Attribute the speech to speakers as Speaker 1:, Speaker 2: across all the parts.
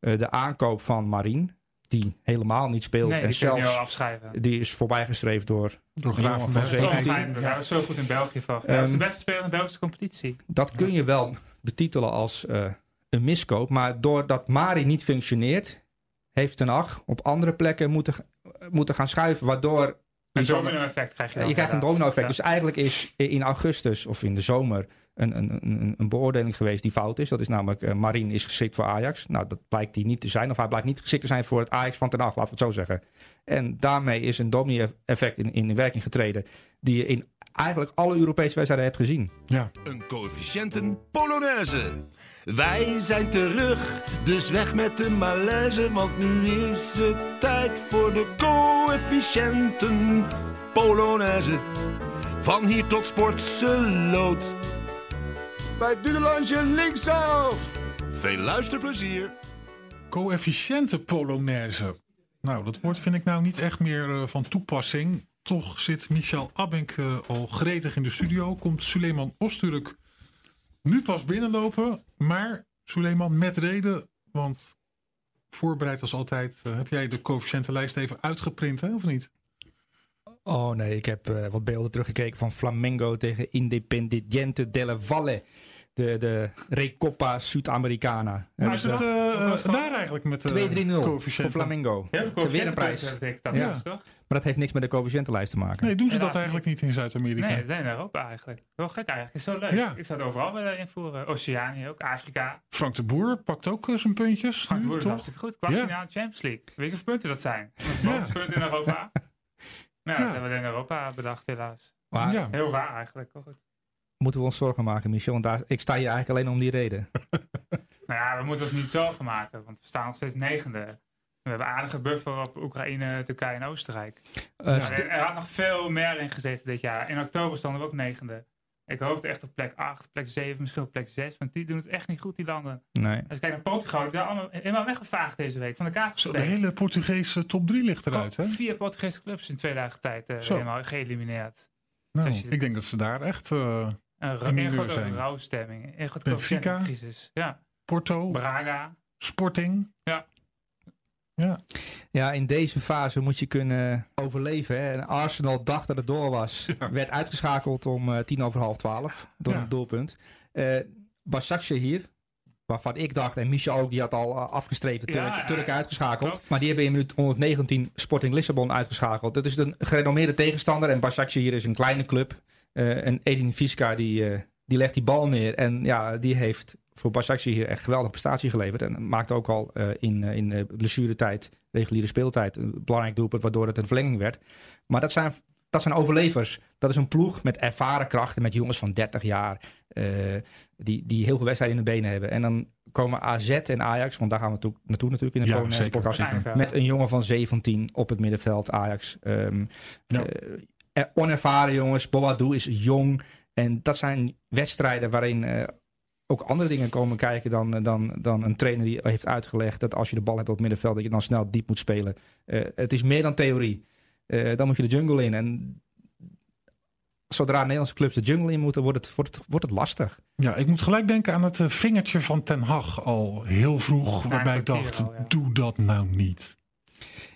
Speaker 1: eh, de aankoop van Marien, die helemaal niet speelt.
Speaker 2: Nee,
Speaker 1: en
Speaker 2: die kun je wel
Speaker 1: zelfs,
Speaker 2: afschrijven.
Speaker 1: die is voorbijgestreefd door
Speaker 3: Door
Speaker 1: een
Speaker 3: Graaf
Speaker 1: jongen van
Speaker 3: van
Speaker 2: Dat is wel
Speaker 1: 17.
Speaker 2: fijn, Daar was zo goed in België van. Hij
Speaker 1: Ehm,
Speaker 2: was de beste speler in de Belgische competitie.
Speaker 1: Dat kun je wel betitelen als eh, een miskoop. Maar doordat Mari niet functioneert, heeft Ten Hag op andere plekken moeten, moeten gaan schuiven. Waardoor
Speaker 2: Een
Speaker 1: je zo'n-
Speaker 2: domino-effect krijg je dan
Speaker 1: Eh, je krijgt een
Speaker 2: inderdaad.
Speaker 1: domino-effect.
Speaker 2: Ja.
Speaker 1: Dus eigenlijk is in augustus of in de zomer een, een, een, een beoordeling geweest die fout is. Dat is namelijk eh Marien is geschikt voor Ajax. Nou, dat blijkt hij niet te zijn. Of hij blijkt niet geschikt te zijn voor het Ajax van Ten Hag, laten we het zo zeggen. En daarmee is een domino-effect in, in werking getreden die je in eigenlijk alle Europese wedstrijden hebt gezien.
Speaker 4: Een coëfficiënten Polonaise. Wij zijn terug, dus weg met de malaise, want nu is het tijd voor de coëfficiënten Polonaise. Van hier tot Sportseloot. Bij Dudelange linksaf. Veel luisterplezier.
Speaker 3: Coëfficiënte Polonaise. Nou, dat woord vind ik nou niet echt meer eh, van toepassing. Toch zit Michel Abink eh, al gretig in de studio. Komt Suleiman Osturk nu pas binnenlopen. Maar Suleiman met reden, want voorbereid als altijd. eh, heb jij de coëfficiëntenlijst even uitgeprint, hè, of niet?
Speaker 1: Oh nee, ik heb eh, wat beelden teruggekeken van Flamengo tegen Independiente del Valle. De, de Recopa Sud-Americana.
Speaker 3: Maar
Speaker 1: Hebben
Speaker 3: is
Speaker 1: ze-
Speaker 3: het eh,
Speaker 2: Wat was het?
Speaker 3: daar eigenlijk met de
Speaker 1: 2-3-0 voor
Speaker 3: coëfficiënten?
Speaker 1: Flamengo.
Speaker 2: Heel veel
Speaker 1: Ze weer een
Speaker 2: coëfficiënten
Speaker 1: prijs.
Speaker 2: punten heb ik dan
Speaker 3: Ja.
Speaker 2: dus, toch?
Speaker 1: Maar dat heeft niks met de coëfficiëntenlijst te maken.
Speaker 3: Nee, doen ze dat
Speaker 2: Helaas
Speaker 3: eigenlijk
Speaker 2: niet.
Speaker 3: niet in Zuid-Amerika.
Speaker 2: Nee, dat zijn in Europa eigenlijk. Wel gek eigenlijk. Is zo leuk.
Speaker 3: Ja.
Speaker 2: Ik zou het overal willen invoeren. Oceanië ook, Afrika.
Speaker 3: Frank de Boer pakt ook eh, zijn puntjes.
Speaker 2: Frank de
Speaker 3: nu,
Speaker 2: Boer is
Speaker 3: toch?
Speaker 2: hartstikke goed. Kwartfinale Champions League. Weet je hoeveel punten dat zijn? Bonuspunten in Europa. Nou,
Speaker 3: Ja.
Speaker 2: dat hebben we in Europa bedacht helaas.
Speaker 1: Maar
Speaker 3: Ja.
Speaker 2: Heel raar eigenlijk. Maar goed.
Speaker 1: moeten we ons zorgen maken, Michel? Want daar, ik sta hier eigenlijk alleen om die reden.
Speaker 2: Nou ja, we moeten ons niet zorgen maken, want we staan nog steeds negende. We hebben aardige buffer op Oekraïne, Turkije en Oostenrijk.
Speaker 1: Eh,
Speaker 2: Ja,
Speaker 1: st-
Speaker 2: er, er had nog veel meer in gezeten dit jaar. In oktober stonden we ook negende. Ik hoopte echt op plek 8, plek 7, misschien op plek 6. Want die doen het echt niet goed, die landen.
Speaker 1: nee.
Speaker 2: Als ik kijk naar Portugal, die zijn allemaal helemaal weggevaagd deze week. Van de kaart
Speaker 3: Zo, de
Speaker 2: geveegd.
Speaker 3: hele Portugese top 3 ligt eruit, hè?
Speaker 2: Oh, Vier Portugese clubs in twee dagen tijd eh,
Speaker 3: Zo.
Speaker 2: helemaal geëlimineerd.
Speaker 3: Nou,
Speaker 2: Als je-
Speaker 3: ik denk dat ze daar echt... eh,
Speaker 2: Een ro-
Speaker 3: In
Speaker 2: een
Speaker 3: mineur
Speaker 2: grote
Speaker 3: zijn.
Speaker 2: rouwstemming. Een grote
Speaker 3: Benfica.
Speaker 2: coëfficiëntencrisis. Ja.
Speaker 3: Porto,
Speaker 2: Braga.
Speaker 3: Sporting.
Speaker 2: Ja.
Speaker 3: Ja,
Speaker 1: Ja, in deze fase moet je kunnen overleven. Hè? En Arsenal dacht dat het door was. Werd uitgeschakeld om eh, tien over half twaalf door
Speaker 3: Ja.
Speaker 1: een doelpunt. Eh Basakje hier, waarvan ik dacht, en Michel ook, die had al eh, afgestrepen Turk,
Speaker 2: Ja, ja.
Speaker 1: Turken uitgeschakeld.
Speaker 2: Klopt.
Speaker 1: Maar die hebben in minuut 119 Sporting Lissabon uitgeschakeld. Dat is een gerenommeerde tegenstander. En Basakje hier is een kleine club. Eh, en Edin Visca, die, eh, die legt die bal neer. En ja, die heeft voor Basakje hier echt geweldige prestatie geleverd. En maakte ook al eh, in, eh, in eh, blessuretijd, reguliere speeltijd, een belangrijk doelpunt, waardoor het een verlenging werd. Maar dat zijn, dat zijn overlevers. Dat is een ploeg met ervaren krachten, met jongens van 30 jaar, eh, die, die heel veel wedstrijden in de benen hebben. En dan komen AZ en Ajax, want daar gaan we toe- naartoe natuurlijk in de
Speaker 3: Ja,
Speaker 1: volgende
Speaker 3: zeker.
Speaker 1: podcast.
Speaker 2: Eigenlijk wel.
Speaker 1: Met een jongen van 17 op het middenveld, Ajax. Ehm,
Speaker 3: Ja.
Speaker 1: eh, eh, onervaren jongens, Boadou is jong. En dat zijn wedstrijden waarin eh, ook andere dingen komen kijken dan, eh, dan, dan een trainer die heeft uitgelegd dat als je de bal hebt op het middenveld, dat je dan snel diep moet spelen. Eh, het is meer dan theorie. Eh, dan moet je de jungle in. En zodra Nederlandse clubs de jungle in moeten, wordt het, wordt het, wordt het lastig.
Speaker 3: ja, ik moet gelijk denken aan het eh, vingertje van Ten Hag al heel vroeg. waarbij ik
Speaker 2: kwartier
Speaker 3: dacht,
Speaker 2: al, ja.
Speaker 3: doe dat nou niet.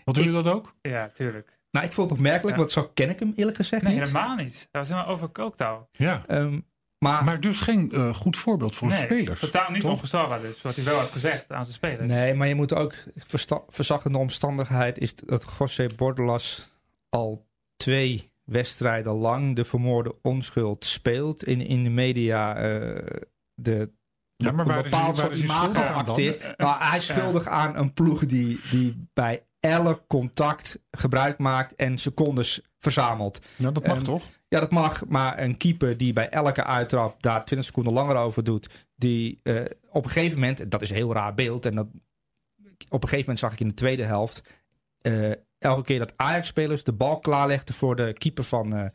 Speaker 3: Wat doe je dat ook?
Speaker 2: Ja, tuurlijk.
Speaker 1: Nou, ik vond het opmerkelijk,
Speaker 2: Ja.
Speaker 1: want zo ken ik hem eerlijk gezegd
Speaker 2: Nee,
Speaker 1: niet.
Speaker 2: helemaal niet. Dat was helemaal overkookt al.
Speaker 3: Ja.
Speaker 1: Ehm, maar,
Speaker 3: Maar dus geen eh, goed voorbeeld voor
Speaker 2: Ah. nee,
Speaker 3: de spelers.
Speaker 2: totaal niet
Speaker 3: toch?
Speaker 2: ongestorven dus. Wat hij wel had gezegd aan zijn spelers.
Speaker 3: Dus-
Speaker 1: Nee, maar je moet ook... versta- Verzachtende omstandigheid is dat José Bordelas al twee wedstrijden lang de vermoorde onschuld speelt. In, in de media eh, de,
Speaker 3: Ja, maar
Speaker 1: een
Speaker 3: waar is hij-
Speaker 1: bepaald
Speaker 3: waar
Speaker 1: soort
Speaker 3: is hij schuldig
Speaker 1: imago
Speaker 3: aan dan? Eh,
Speaker 1: acteert. Maar hij is schuldig aan een ploeg die, die bij elk contact gebruik maakt en secondes verzamelt.
Speaker 3: Nou, dat mag
Speaker 1: Ehm,
Speaker 3: toch?
Speaker 1: Ja, dat mag. Maar een keeper die bij elke uittrap daar 20 seconden langer over doet. Die eh, op een gegeven moment, dat is een heel raar beeld. En dat, op een gegeven moment zag ik in de tweede helft. eh, elke keer dat Ajax-spelers de bal klaarlegden voor de keeper van, eh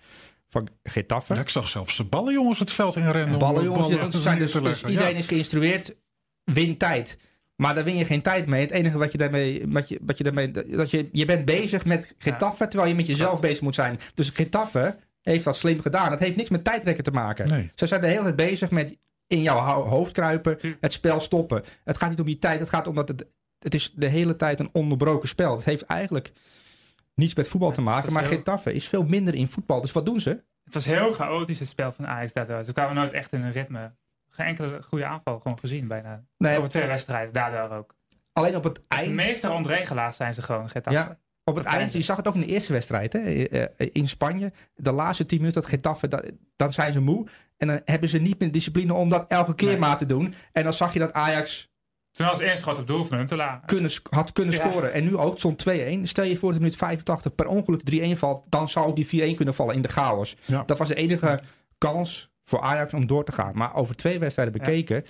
Speaker 1: van Getafe.
Speaker 3: Ja, ik zag zelfs de ballen jongens het veld in rennen. om
Speaker 1: Ballen,
Speaker 3: de
Speaker 1: jongens.
Speaker 3: ballen
Speaker 1: dat
Speaker 3: te
Speaker 1: zijn
Speaker 3: neer
Speaker 1: dus,
Speaker 3: te
Speaker 1: dus
Speaker 3: leggen.
Speaker 1: iedereen
Speaker 3: Ja.
Speaker 1: is geïnstrueerd. Win tijd. Maar daar win je geen tijd mee. Het enige wat je daarmee. Wat je, wat je, daarmee dat je, je bent bezig met Getafe. Terwijl je met jezelf bezig moet zijn. Dus Getafe heeft dat slim gedaan. Het heeft niks met tijdrekken te maken.
Speaker 3: Nee.
Speaker 1: Ze zijn de hele tijd bezig met in jouw ho- hoofd kruipen. Het spel stoppen. Het gaat niet om die tijd. Het gaat om dat het het is de hele tijd een onderbroken spel. Het heeft eigenlijk niets met voetbal te
Speaker 2: dat
Speaker 1: maken.
Speaker 2: is
Speaker 1: Maar
Speaker 2: heel-
Speaker 1: Getafe is veel minder in voetbal. Dus wat doen ze?
Speaker 2: Het was heel chaotisch het spel van Ajax daardoor. Ze kwamen nooit echt in een ritme. Geen enkele goede aanval gewoon gezien bijna.
Speaker 1: Nee,
Speaker 2: Over twee wedstrijden, daardoor ook.
Speaker 1: alleen op het eind.
Speaker 2: Meester ontregelaars zijn ze gewoon, Getafe.
Speaker 1: Ja, op het
Speaker 2: Dat zijn
Speaker 1: eind,
Speaker 2: ze.
Speaker 1: je zag het ook in de eerste wedstrijd hè, eh, eh, in Spanje. De laatste tien minuten dat Getafe, dat, dan zijn ze moe. En dan hebben ze niet meer discipline om dat elke keer
Speaker 2: Nee.
Speaker 1: maar te doen. En dan zag je dat Ajax
Speaker 2: Toen was eerst schot op doel van Huntelaar.
Speaker 1: kunnen, sc- had kunnen
Speaker 2: Ja.
Speaker 1: scoren. En nu ook, het stond 2-1. Stel je voor dat in minuut 85 per ongeluk de 3-1 valt. Dan zou die 4-1 kunnen vallen in de chaos.
Speaker 3: Ja.
Speaker 1: Dat was de enige kans voor Ajax om door te gaan. Maar over twee wedstrijden bekeken...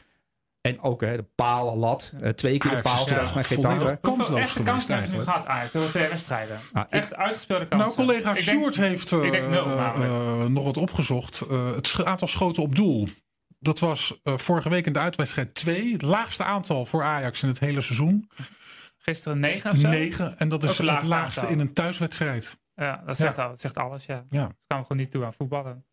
Speaker 1: En ook hè, de palen lat. eh, twee keer de
Speaker 3: Ajax is
Speaker 1: paal.
Speaker 3: daar
Speaker 1: terug naar
Speaker 3: volledig
Speaker 1: Getafe.
Speaker 2: Hoeveel
Speaker 3: kansloos
Speaker 2: echte
Speaker 3: geweest
Speaker 2: kansen hebben ze nu
Speaker 3: eigenlijk.
Speaker 2: gehad, Ajax? Over twee wedstrijden.
Speaker 1: Ah, ik-
Speaker 2: Echt uitgespeelde kansen.
Speaker 3: Nou, collega
Speaker 2: eh, Ik denk-
Speaker 3: Sjoerd heeft eh,
Speaker 2: ik denk nul,
Speaker 3: eh,
Speaker 2: namelijk.
Speaker 3: eh, nog wat opgezocht. Eh, het sch- aantal schoten op doel. Dat was eh, vorige week in de uitwedstrijd 2. Het laagste aantal voor Ajax in het hele seizoen.
Speaker 2: Gisteren negen of Nou, zo?
Speaker 3: 9. En dat is
Speaker 2: Ook het
Speaker 3: het
Speaker 2: laagste
Speaker 3: laagste
Speaker 2: aantal.
Speaker 3: in een thuiswedstrijd.
Speaker 2: Ja, dat zegt, al, dat zegt alles, ja.
Speaker 3: Ja.
Speaker 2: Ze kwamen gewoon niet toe aan voetballen.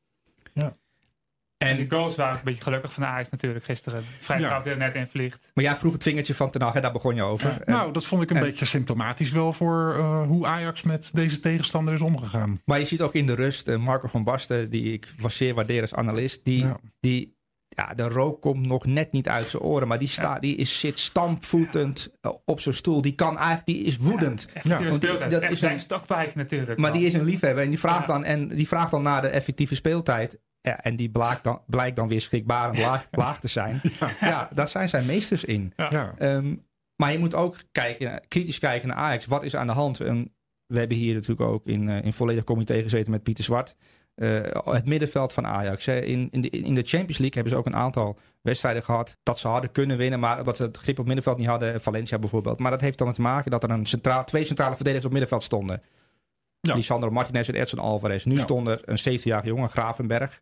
Speaker 2: En
Speaker 1: En
Speaker 2: die goals waren een beetje gelukkig van de Ajax natuurlijk gisteren. Vrij
Speaker 3: Ja.
Speaker 2: trap die er net in vliegt.
Speaker 1: Maar jij vroeg het vingertje van Ten Hag, hè, daar begon je over. En-
Speaker 3: nou, dat vond ik een
Speaker 1: en-
Speaker 3: beetje symptomatisch wel voor eh, hoe Ajax met deze tegenstander is omgegaan.
Speaker 1: Maar je ziet ook in de rust eh, Marco van Basten, die ik was zeer waardeer als analist, die,
Speaker 3: Ja.
Speaker 1: die ja, de rook komt nog net niet uit zijn oren, maar die, sta, die is, zit stampvoetend eh, op zijn stoel. Die kan eigenlijk, die is woedend.
Speaker 3: Ja,
Speaker 2: Die
Speaker 1: want
Speaker 2: speeltijd
Speaker 1: dat
Speaker 2: is echt
Speaker 1: is
Speaker 2: zijn
Speaker 1: een-
Speaker 2: stokpaardje natuurlijk.
Speaker 1: Maar die
Speaker 2: man.
Speaker 1: is een liefhebber en die vraagt,
Speaker 2: Ja.
Speaker 1: dan, en die vraagt dan naar de effectieve speeltijd. Ja, en die blijkt dan, blijkt dan weer schrikbarend laag, laag te zijn. Ja. daar zijn zijn meesters in.
Speaker 3: Ja. Ja.
Speaker 1: Ehm, maar je moet ook kijken, kritisch kijken naar Ajax. Wat is aan de hand? En we hebben hier natuurlijk ook in, eh, in volledig comité gezeten met Pieter Zwart. Eh, het middenveld van Ajax. Hè. In, in, de, in de Champions League hebben ze ook een aantal wedstrijden gehad dat ze hadden kunnen winnen, maar dat ze het grip op middenveld niet hadden. Valencia bijvoorbeeld. Maar dat heeft dan te maken dat er een centraal, twee centrale verdedigers op middenveld stonden.
Speaker 3: Ja.
Speaker 1: Lisandro Martinez en Edson Alvarez. Nu
Speaker 3: Ja.
Speaker 1: stond er een 70-jarige jongen, Gravenberg.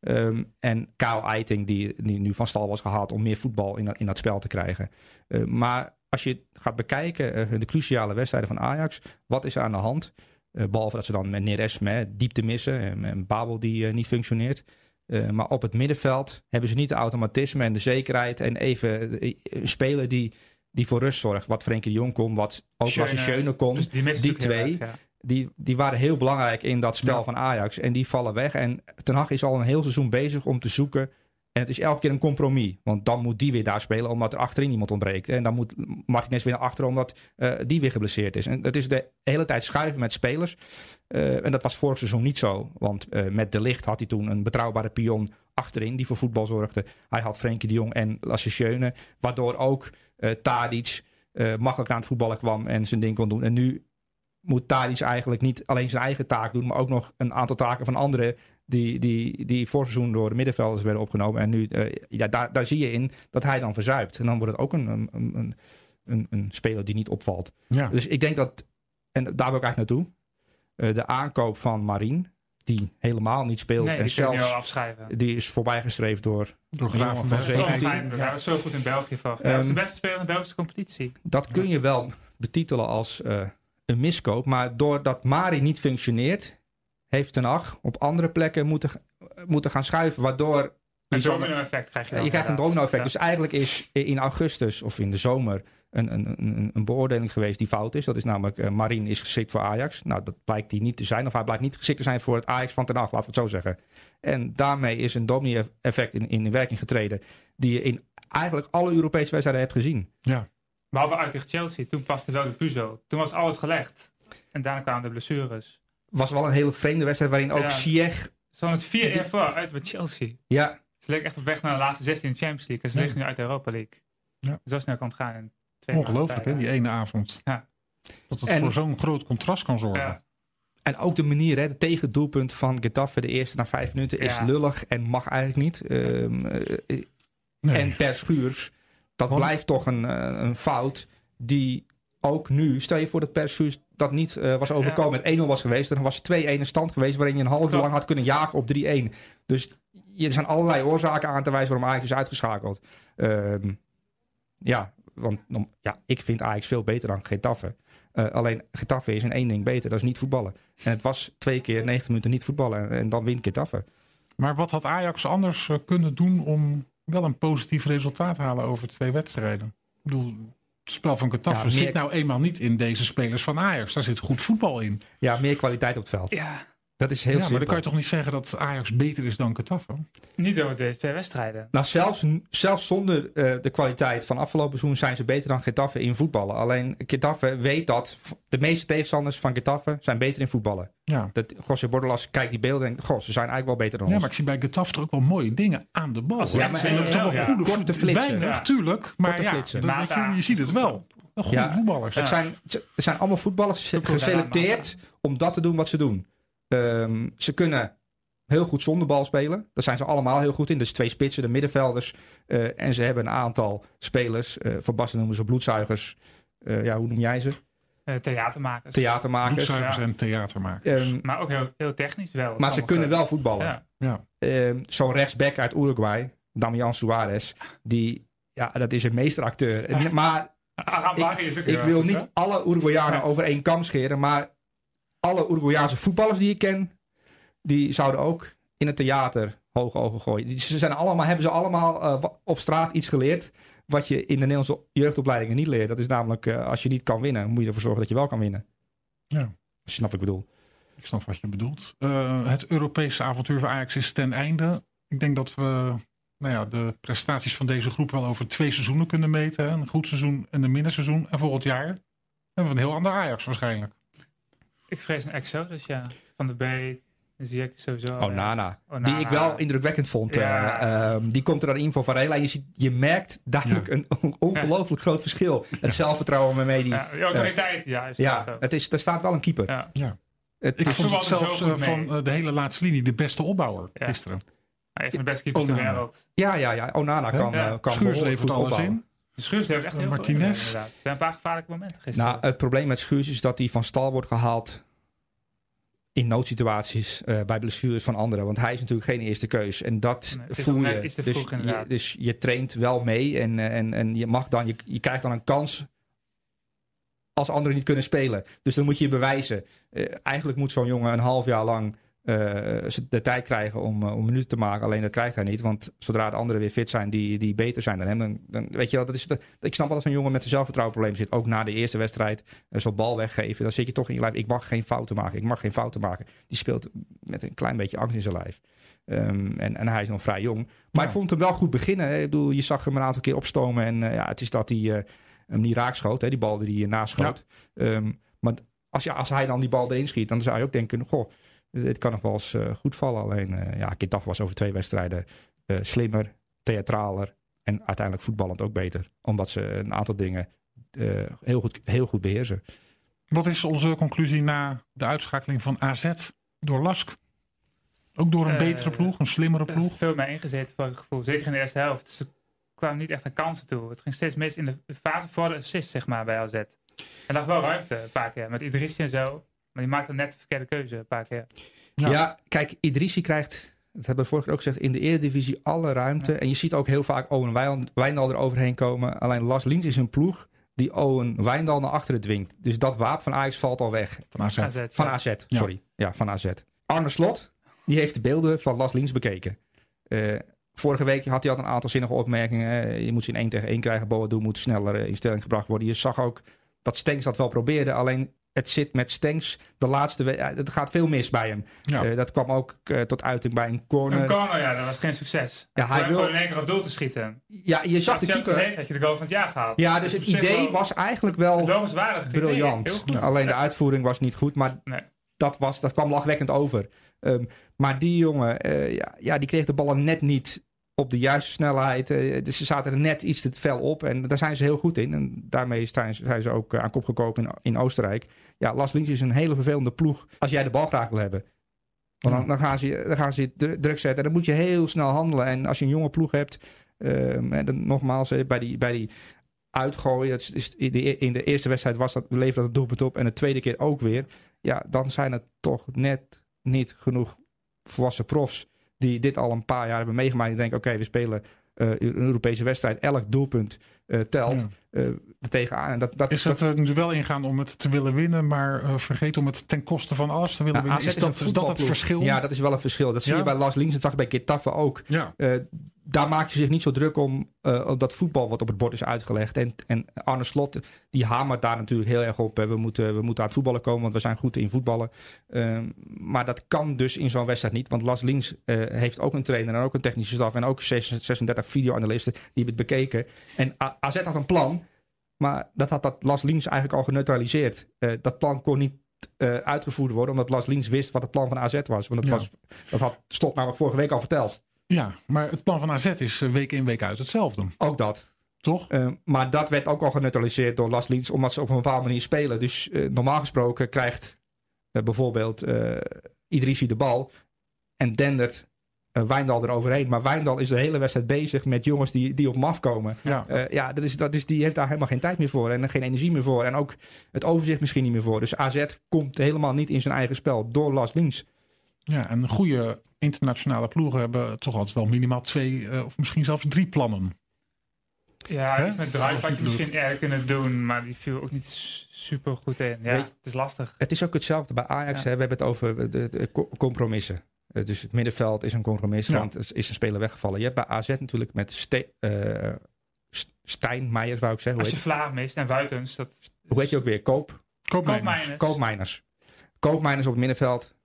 Speaker 1: ehm, en Kyle Eiting, die, die nu van stal was gehaald om meer voetbal in dat, in dat spel te krijgen. Eh, maar als je gaat bekijken eh, de cruciale wedstrijden van Ajax, wat is er aan de hand? Eh, behalve dat ze dan met Neres hè, diepte missen en, en Babel die eh, niet functioneert. Eh, maar op het middenveld hebben ze niet de automatisme en de zekerheid. En even eh, een speler die, die voor rust zorgt. Wat Frenkie de Jong kon, wat ook als een
Speaker 2: Schöne.
Speaker 1: Schöne kon.
Speaker 2: Dus die, mist
Speaker 1: die
Speaker 2: natuurlijk heel
Speaker 1: twee.
Speaker 2: erg, ja.
Speaker 1: Die, die waren heel belangrijk in dat spel
Speaker 3: Ja.
Speaker 1: van Ajax. En die vallen weg. En Ten Hag is al een heel seizoen bezig om te zoeken. En het is elke keer een compromis. Want dan moet die weer daar spelen omdat er achterin iemand ontbreekt. En dan moet Martinez weer naar achteren omdat eh, die weer geblesseerd is. En dat is de hele tijd schuiven met spelers. Eh, en dat was vorig seizoen niet zo. Want eh, met De Licht had hij toen een betrouwbare pion achterin die voor voetbal zorgde. Hij had Frenkie de Jong en Lasse Schöne. Waardoor ook eh Tadic eh, makkelijk aan het voetballen kwam en zijn ding kon doen. En nu moet Tadic eigenlijk niet alleen zijn eigen taak doen, maar ook nog een aantal taken van anderen die, die, die vorig seizoen door de middenvelders werden opgenomen. En nu, eh, ja, daar, daar zie je in dat hij dan verzuipt. En dan wordt het ook een, een, een, een, een speler die niet opvalt. Dus ik denk dat, en daar wil ik eigenlijk naartoe, eh, de aankoop van Marien, die helemaal niet speelt
Speaker 2: Nee,
Speaker 1: en
Speaker 2: die kun je nu al
Speaker 1: zelfs...
Speaker 2: afschrijven.
Speaker 1: Die is voorbijgestreefd door.
Speaker 3: Door
Speaker 1: Die jongen van
Speaker 3: Gravenberg.
Speaker 1: Zeven.
Speaker 2: Oh,
Speaker 1: 17.
Speaker 2: fijn, Daar waren we zo goed in België voor. Hij was de
Speaker 1: Ehm,
Speaker 2: beste speler in de Belgische competitie.
Speaker 1: Dat kun je wel betitelen als eh, een miskoop. Maar doordat Mari niet functioneert, heeft Ten Hag op andere plekken moeten, moeten gaan schuiven. Waardoor
Speaker 2: Een
Speaker 1: Lisandro-
Speaker 2: domino-effect krijg je
Speaker 1: Ja,
Speaker 2: dan
Speaker 1: je krijgt een
Speaker 2: inderdaad.
Speaker 1: domino-effect.
Speaker 2: Ja.
Speaker 1: Dus eigenlijk is i- in augustus of in de zomer een, een, een, een beoordeling geweest die fout is. Dat is namelijk eh Marien is geschikt voor Ajax. Nou, dat blijkt hij niet te zijn. Of hij blijkt niet geschikt te zijn voor het Ajax van Ten Hag, laten we het zo zeggen. En daarmee is een domino-effect in, in werking getreden die je in eigenlijk alle Europese wedstrijden hebt gezien.
Speaker 2: Behalve uit tegen Chelsea, toen paste wel de puzzel. Toen was alles gelegd. En daarna kwamen de blessures.
Speaker 1: Was wel een hele vreemde wedstrijd waarin ook
Speaker 2: Ja.
Speaker 1: Ziyech...
Speaker 2: Zo'n het 4-1 voor uit bij Chelsea.
Speaker 1: Ja,
Speaker 2: Ze leek echt op weg naar de laatste 16 in de Champions League. En ze
Speaker 3: Ja.
Speaker 2: liggen nu uit de Europa League.
Speaker 3: Ja.
Speaker 2: Zo snel kan het gaan in twee
Speaker 3: Ongelooflijk, hè,
Speaker 2: maanden
Speaker 3: die
Speaker 2: tijd,
Speaker 3: ene avond.
Speaker 2: Ja.
Speaker 3: Dat het
Speaker 1: En-
Speaker 3: voor zo'n groot contrast kan zorgen.
Speaker 2: Ja.
Speaker 1: En ook de manier, hè, het tegendoelpunt van Getafe de eerste na vijf minuten is
Speaker 2: Ja.
Speaker 1: lullig en mag eigenlijk niet. Ehm, eh,
Speaker 3: Nee.
Speaker 1: En per schuurs, dat
Speaker 3: Want-
Speaker 1: blijft toch een, eh, een fout die ook nu, stel je voor dat per schuurs dat niet eh, was overkomen, het 1-0 was geweest, dan was het 2-1 een stand geweest waarin je een half uur
Speaker 2: Klopt.
Speaker 1: lang had kunnen jagen op 3-1. Dus je- er zijn allerlei oorzaken aan te wijzen waarom Ajax is uitgeschakeld. Ehm, ja, want om- ja, ik vind Ajax veel beter dan Getafe. Eh, alleen Getafe is in één ding beter, dat is niet voetballen. En het was twee keer 90 minuten niet voetballen en, en dan wint Getafe.
Speaker 3: Maar wat had Ajax anders eh, kunnen doen om wel een positief resultaat te halen over twee wedstrijden? Ik bedoel, spel van Getafe
Speaker 1: Ja, meer-
Speaker 3: zit nou eenmaal niet in deze spelers van Ajax. Daar zit goed voetbal in.
Speaker 1: Ja, meer kwaliteit op het veld.
Speaker 2: Ja,
Speaker 1: Dat is heel
Speaker 3: ja, maar
Speaker 1: simpel.
Speaker 3: dan kan je toch niet zeggen dat Ajax beter is dan Getafe?
Speaker 2: niet over deze twee wedstrijden.
Speaker 1: Nou, zelfs, zelfs zonder eh, de kwaliteit van afgelopen seizoen zijn ze beter dan Getafe in voetballen. Alleen Getafe weet dat v- de meeste tegenstanders van Getafe zijn beter in voetballen.
Speaker 3: Ja.
Speaker 1: Dat José Bordelas kijkt die beelden en denkt, goh, ze zijn eigenlijk wel beter dan
Speaker 3: ja,
Speaker 1: ons.
Speaker 3: maar ik zie bij Getafe toch ook wel mooie dingen aan de bal.
Speaker 2: Als ze
Speaker 1: Ja,
Speaker 2: echt
Speaker 1: maar-
Speaker 3: en ook
Speaker 2: winnen,
Speaker 3: toch wel
Speaker 2: ja.
Speaker 3: goede
Speaker 1: Korte flitsen.
Speaker 3: Weinig,
Speaker 2: Ja.
Speaker 3: tuurlijk. Maar
Speaker 1: Korte
Speaker 3: ja,
Speaker 1: flitsen.
Speaker 3: dan weet je,
Speaker 2: Mata.
Speaker 3: je ziet het wel. Goede
Speaker 1: Ja.
Speaker 3: voetballers.
Speaker 1: Het,
Speaker 2: Ja.
Speaker 1: zijn, het zijn allemaal voetballers geselecteerd om dat te doen wat ze doen. Ehm, ze kunnen heel goed zonder bal spelen. Daar zijn ze allemaal heel goed in. Dus twee spitsen, de middenvelders. eh, en ze hebben een aantal spelers. eh voor Basten noemen ze bloedzuigers. Eh, ja, hoe noem jij ze?
Speaker 2: Eh, theatermakers.
Speaker 1: Theatermakers.
Speaker 3: Bloedzuigers
Speaker 2: Ja.
Speaker 3: en theater maken.
Speaker 1: Ehm,
Speaker 2: Maar ook heel, heel technisch wel.
Speaker 1: maar ze
Speaker 2: Sommige-
Speaker 1: kunnen wel voetballen.
Speaker 2: Ja.
Speaker 1: Ehm, Zo'n rechtsback uit Uruguay, Damian Suarez. Die, ja, dat is een meesteracteur. En- Maar
Speaker 2: Arambari is
Speaker 1: Ik
Speaker 2: ook heel
Speaker 1: wil
Speaker 2: goed,
Speaker 1: niet
Speaker 2: hè?
Speaker 1: alle Uruguayanen
Speaker 2: Ja.
Speaker 1: over één kam scheren, maar alle Uruguayaanse voetballers die ik ken, die zouden ook in het theater hoge ogen gooien. Die- Ze zijn allemaal, hebben ze allemaal eh, wa- op straat iets geleerd wat je in de Nederlandse jeugdopleidingen niet leert. Dat is namelijk, eh, als je niet kan winnen, moet je ervoor zorgen dat je wel kan winnen.
Speaker 3: Ja.
Speaker 1: Als je snapt wat ik bedoel.
Speaker 3: Ik snap wat je bedoelt. Eh, het Europese avontuur van Ajax is ten einde. Ik denk dat we nou ja, de prestaties van deze groep wel over twee seizoenen kunnen meten. Hè? Een goed seizoen en een minder seizoen. En volgend jaar hebben we een heel ander Ajax waarschijnlijk.
Speaker 2: Ik vrees een Exodus, ja. Van de B. Dan zie ik sowieso. eh,
Speaker 1: Oh, Nana.
Speaker 2: Onana.
Speaker 1: Die ik wel indrukwekkend vond.
Speaker 2: Ja.
Speaker 1: Eh, ehm, die komt er dan in voor Varela. Je, ziet, je merkt duidelijk een on- ongelooflijk groot verschil. Het zelfvertrouwen waarmee die... Ja,
Speaker 2: Ja, de autoriteit, ja. Is dat ook.
Speaker 1: het is, er staat wel een keeper.
Speaker 2: Ja.
Speaker 1: Het
Speaker 3: Ik
Speaker 1: is-
Speaker 3: vond het
Speaker 2: voetbalde
Speaker 3: zelfs
Speaker 2: zo goed
Speaker 3: eh,
Speaker 2: mee.
Speaker 3: van eh, de hele laatste linie de beste opbouwer
Speaker 2: Ja.
Speaker 3: gisteren.
Speaker 2: Een van de beste keepers ter
Speaker 3: Onana.
Speaker 2: wereld.
Speaker 1: Ja, ja, ja. Onana
Speaker 3: Hè?
Speaker 1: kan,
Speaker 2: Ja.
Speaker 1: eh, kan
Speaker 3: Schuurs
Speaker 1: behoorlijk
Speaker 3: levert
Speaker 1: goed
Speaker 3: alles
Speaker 1: opbouwen.
Speaker 3: in.
Speaker 2: Schuurs heeft echt heel veel
Speaker 3: Martinez.
Speaker 2: inderdaad. Er zijn een paar gevaarlijke momenten gisteren.
Speaker 1: Nou, het probleem met Schuurs is dat hij van stal wordt gehaald in noodsituaties eh, bij blessures van anderen. Want hij is natuurlijk geen eerste keus. En dat
Speaker 2: Nee, het is
Speaker 1: voel
Speaker 2: nog net
Speaker 1: je.
Speaker 2: iets te
Speaker 1: dus,
Speaker 2: vroeg, inderdaad.
Speaker 1: je. Dus je traint wel mee en, eh, en, en je, mag dan, je, je krijgt dan een kans als anderen niet kunnen spelen. Dus dan moet je je bewijzen. Eh, eigenlijk moet zo'n jongen een half jaar lang eh, ze de tijd krijgen om, eh, om minuten te maken. Alleen dat krijgt hij niet. Want zodra de anderen weer fit zijn die, die beter zijn dan hem. Dan, dan- weet je wel, dat is de, ik snap wel dat zo'n jongen met een zelfvertrouwenprobleem zit. Ook na de eerste wedstrijd eh, zo'n bal weggeven. Dan zit je toch in je lijf. Ik mag geen fouten maken. Ik mag geen fouten maken. Die speelt met een klein beetje angst in zijn lijf. Ehm, en, en hij is nog vrij jong. Maar
Speaker 3: Ja.
Speaker 1: ik vond hem wel goed beginnen. hè. Ik bedoel, je zag hem een aantal keer opstomen. En eh, ja, het is dat hij eh, hem niet raak schoot. Hè, die bal die hij naast schoot. Ehm, maar als, ja, als hij dan die bal erin schiet, dan zou je ook denken... Goh, het kan nog wel eens eh, goed vallen. Alleen, eh ja, Kitaf was over twee wedstrijden eh, slimmer, theatraler en uiteindelijk voetballend ook beter. Omdat ze een aantal dingen eh, heel, goed, heel goed beheersen.
Speaker 3: Wat is onze conclusie na de uitschakeling van AZ door Lask? Ook door een
Speaker 2: Eh,
Speaker 3: betere ploeg, een slimmere
Speaker 2: Er
Speaker 3: ploeg.
Speaker 2: is veel meer ingezeten voor het gevoel. Zeker in de eerste helft. Ze kwamen niet echt aan kansen toe. Het ging steeds mis in de fase voor de assist, zeg maar, bij AZ. En lag wel ruimte een paar keer. Met Idrissi en zo. Maar die maakte net de verkeerde keuze een paar keer.
Speaker 1: Ja,
Speaker 3: Ja.
Speaker 1: kijk, Idrissi krijgt, dat hebben we vorige keer ook gezegd, in de Eredivisie alle ruimte.
Speaker 2: Ja.
Speaker 1: En je ziet ook heel vaak Owen Wijnd- Wijndal er overheen komen. Alleen Las Lins is een ploeg die Owen Wijndal naar achteren dwingt. Dus dat wapen van Ajax valt al weg.
Speaker 3: Van AZ.
Speaker 2: AZ,
Speaker 1: Van
Speaker 2: ja.
Speaker 1: AZ,
Speaker 3: Ja.
Speaker 1: sorry. Ja, van AZ. Arne Slot, die heeft de beelden van Las Lins bekeken. Eh, vorige week had hij al een aantal zinnige opmerkingen. Eh, je moet ze in één tegen één krijgen. Boadu moet sneller eh, in stelling gebracht worden. Je zag ook dat Stenks dat wel probeerde. Alleen het zit met Stenks de laatste... we- eh, Het gaat veel mis bij hem.
Speaker 3: Ja.
Speaker 1: Eh, dat kwam ook eh, tot uiting bij een corner.
Speaker 2: Een corner, ja, dat was geen succes.
Speaker 1: Ja, hij
Speaker 2: hij
Speaker 1: wil-
Speaker 2: wil in één keer op doel te schieten.
Speaker 1: ja, je zag
Speaker 2: Had
Speaker 1: de
Speaker 2: je zelf
Speaker 1: keeper.
Speaker 2: gezeten, had je de goal van het jaar gehaald.
Speaker 1: Ja, dus het
Speaker 2: op zich
Speaker 1: idee
Speaker 2: wel-
Speaker 1: was eigenlijk wel...
Speaker 2: Het lovenswaardig. idee. Heel
Speaker 1: briljant.
Speaker 2: goed.
Speaker 1: Nou, Alleen de uitvoering was niet goed, maar
Speaker 2: Nee.
Speaker 1: dat, was, dat kwam lachwekkend over. Ehm, maar die jongen, eh, ja, ja, die kreeg de ballen net niet op de juiste snelheid. Eh, dus ze zaten er net iets te fel op en daar zijn ze heel goed in. En daarmee zijn ze, zijn ze ook eh, aan kop gekomen in, in Oostenrijk. Ja, Las Lins is een hele vervelende ploeg als jij de bal graag wil hebben. Want dan, dan, gaan ze, dan gaan ze dru- druk zetten. Dan moet je heel snel handelen. En als je een jonge ploeg hebt, ehm, en dan nogmaals, eh, bij die, bij die uitgooien. Dat is- is, in, de, e- in de eerste wedstrijd was dat, leverde dat het doelpunt op. En de tweede keer ook weer. Ja, dan zijn er toch net niet genoeg volwassen profs. die dit al een paar jaar hebben meegemaakt. Die denken: oké, we spelen eh, een Europese wedstrijd. Elk doelpunt eh, telt
Speaker 3: Ja.
Speaker 1: eh, er tegenaan. En dat, dat,
Speaker 3: Is dat een duel ingaan om het te willen winnen, maar eh, vergeet om het ten koste van alles te willen
Speaker 1: Nou,
Speaker 3: winnen?
Speaker 1: AZ
Speaker 3: Is,
Speaker 1: een
Speaker 3: dat, is dat het
Speaker 1: voetbalploeg.
Speaker 3: verschil?
Speaker 1: Ja, dat is wel het verschil. Dat zie
Speaker 3: Ja.
Speaker 1: je bij Las Links. Dat zag je bij Getafe ook.
Speaker 3: Ja.
Speaker 1: Eh, daar maak je zich niet zo druk om eh, op dat voetbal wat op het bord is uitgelegd. En, en Arne Slot, die hamert daar natuurlijk heel erg op. hè. We moeten, we moeten aan het voetballen komen, want we zijn goed in voetballen. Ehm, maar dat kan dus in zo'n wedstrijd niet. Want Las Links eh, heeft ook een trainer en ook een technische staf... en ook 36 36 videoanalisten die hebben het bekeken. En A- AZ had een plan, maar dat had dat Las Links eigenlijk al geneutraliseerd. Eh, dat plan kon niet eh, uitgevoerd worden, omdat Las Links wist wat het plan van AZ was. Want dat,
Speaker 3: Ja.
Speaker 1: was, dat had Slot namelijk vorige week al verteld.
Speaker 3: Ja, maar het plan van AZ is eh, week in week uit hetzelfde,
Speaker 1: Ook dat.
Speaker 3: toch?
Speaker 1: Eh, maar dat werd ook al geneutraliseerd door Las Lins, omdat ze op een bepaalde manier spelen. Dus eh, normaal gesproken krijgt eh, bijvoorbeeld eh Idrissi de bal en dendert eh, Wijndal eroverheen. Maar Wijndal is de hele wedstrijd bezig met jongens die, die op hem afkomen.
Speaker 3: Ja.
Speaker 1: Eh, ja, dat is, dat is, die heeft daar helemaal geen tijd meer voor en geen energie meer voor. En ook het overzicht misschien niet meer voor. Dus AZ komt helemaal niet in zijn eigen spel door Las Lins.
Speaker 3: Ja, en goede internationale ploegen hebben toch altijd wel minimaal twee eh, of misschien zelfs drie plannen.
Speaker 2: Ja,
Speaker 3: Hè?
Speaker 2: iets met
Speaker 3: Dat
Speaker 2: drive had
Speaker 3: was
Speaker 2: je
Speaker 3: niet
Speaker 2: misschien eerder kunnen doen, maar die viel ook niet s- super goed in. Ja,
Speaker 1: Nee.
Speaker 2: het is lastig.
Speaker 1: Het is ook hetzelfde bij Ajax.
Speaker 2: Ja.
Speaker 1: Hè? We hebben het over eh, de, de co- compromissen. Eh, Dus het middenveld is een compromis,
Speaker 3: Ja.
Speaker 1: want er is een speler weggevallen. Je hebt bij AZ natuurlijk met Ste eh, S- Stijn Meijers, wou ik zeggen.
Speaker 2: Als
Speaker 1: Hoe
Speaker 2: je
Speaker 1: heet,
Speaker 2: Vlaam mist en Wuitens, dat
Speaker 1: hoe heet je ook weer? Koop,
Speaker 3: Koopmeiners.
Speaker 2: Koopmijners.
Speaker 1: Koopmijners. Koopmijners op het middenveld.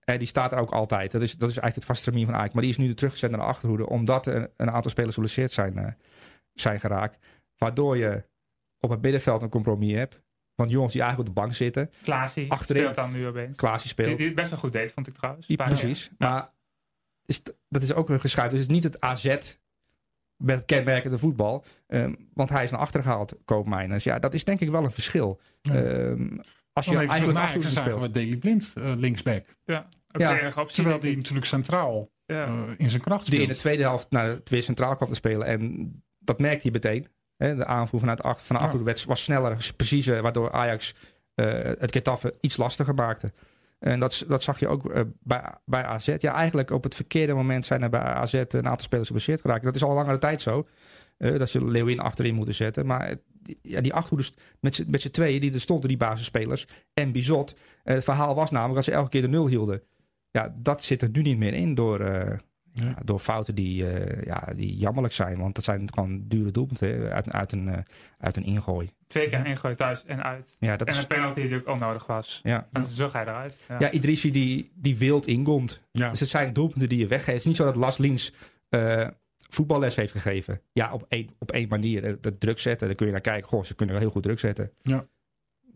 Speaker 1: Eh, die staat er ook altijd. Dat is, dat is eigenlijk het vaste termijn van Ajax. Maar die is nu teruggezet naar de achterhoede. Omdat er een aantal spelers geblesseerd zijn, eh, zijn geraakt. Waardoor je op het middenveld een compromis hebt. Van jongens die eigenlijk op de bank zitten.
Speaker 2: Klaasie
Speaker 1: Achterin.
Speaker 2: speelt dan nu opeens.
Speaker 1: Klaas die speelt.
Speaker 2: Die, die het best wel goed deed, vond ik trouwens.
Speaker 1: Ja,
Speaker 2: Een paar keer.
Speaker 1: precies.
Speaker 3: Nou.
Speaker 1: Maar is, t- dat is ook weer geschuift. Dus het is niet het AZ met het kenmerkende voetbal. Ehm, want hij is naar achter gehaald, Koopmeiners. Ja, dat is denk ik wel een verschil.
Speaker 3: Ja.
Speaker 1: Ehm, als je
Speaker 3: Dan even terug
Speaker 1: eigenlijk
Speaker 3: naar
Speaker 1: naar
Speaker 3: Ajax en
Speaker 1: achter
Speaker 3: zagen
Speaker 1: speelt.
Speaker 3: we Daley Blind eh, linksback.
Speaker 2: Ook
Speaker 1: Ja, Oh.
Speaker 2: de enige optie.
Speaker 3: Terwijl
Speaker 2: denk
Speaker 3: die
Speaker 2: ik.
Speaker 3: natuurlijk centraal
Speaker 2: Ja.
Speaker 3: eh, in zijn kracht
Speaker 1: Die in
Speaker 3: speelt.
Speaker 1: de tweede helft naar het weer centraal kwam te spelen. En dat merkte hij meteen. Hè, de aanvoer vanuit achter, van de
Speaker 3: Ja.
Speaker 1: achterhoede werd- was sneller, preciezer. Waardoor Ajax eh, het Getafe iets lastiger maakte. En dat, dat zag je ook eh, bij, bij AZ. Ja, eigenlijk op het verkeerde moment zijn er bij AZ een aantal spelers geblesseerd geraakt. Dat is al langere tijd zo. eh, dat ze Leeuwin achterin moeten zetten. Maar het- die- ja, die achterhoede st- met z'n- met z'n tweeën, die er stonden, die basisspelers. En Bizot. Eh, het verhaal was namelijk dat ze elke keer de nul hielden. Ja, dat zit er nu niet meer in door, eh,
Speaker 3: Nee.
Speaker 1: ja, door fouten die, eh, ja, die jammerlijk zijn. Want dat zijn gewoon dure doelpunten hè, uit, uit, een, eh, uit een ingooi.
Speaker 2: Twee keer ingooien thuis en uit.
Speaker 1: Ja, dat
Speaker 2: en
Speaker 1: is,
Speaker 2: een penalty die ook onnodig was.
Speaker 1: ja.
Speaker 2: En zo ga je eruit. Ja.
Speaker 1: ja Idrissi die, die wild inkomt.
Speaker 3: Ja.
Speaker 1: Dus het zijn doelpunten die je weggeeft. Het is niet zo dat Las Lins eh, voetballes heeft gegeven. Ja, op één, op één manier. Eh, Dat druk zetten, daar kun je naar kijken. Goh, ze kunnen wel heel goed druk zetten.
Speaker 3: Ja.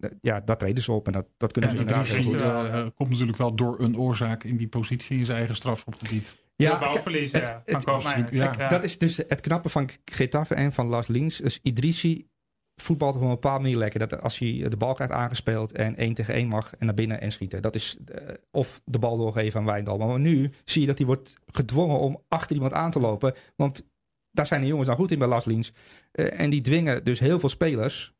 Speaker 1: Eh, Ja, dat treden ze op en dat, dat kunnen
Speaker 3: En
Speaker 1: ze
Speaker 3: die
Speaker 1: inderdaad heel
Speaker 3: drie
Speaker 1: goed.
Speaker 2: Idrissi-
Speaker 3: eh, eh, komt natuurlijk wel door een oorzaak in die positie in zijn eigen strafschopgebied.
Speaker 2: Ja,
Speaker 1: Ja, ik-
Speaker 2: balverlies,
Speaker 1: het-
Speaker 2: ja. Van
Speaker 1: het-
Speaker 2: Koopmeiners.
Speaker 3: ja.
Speaker 2: Ja.
Speaker 1: Dat is dus het knappe van Getafe en van Las Links. Dus Idrissi voetbalt op een bepaalde manier lekker. Dat als hij de bal krijgt aangespeeld en één tegen één mag en naar binnen en schieten. Dat is eh, of de bal doorgeven aan Wijndal. Maar nu zie je dat hij wordt gedwongen om achter iemand aan te lopen. Want daar zijn de jongens nou goed in bij Las Links. Eh, en die dwingen dus heel veel spelers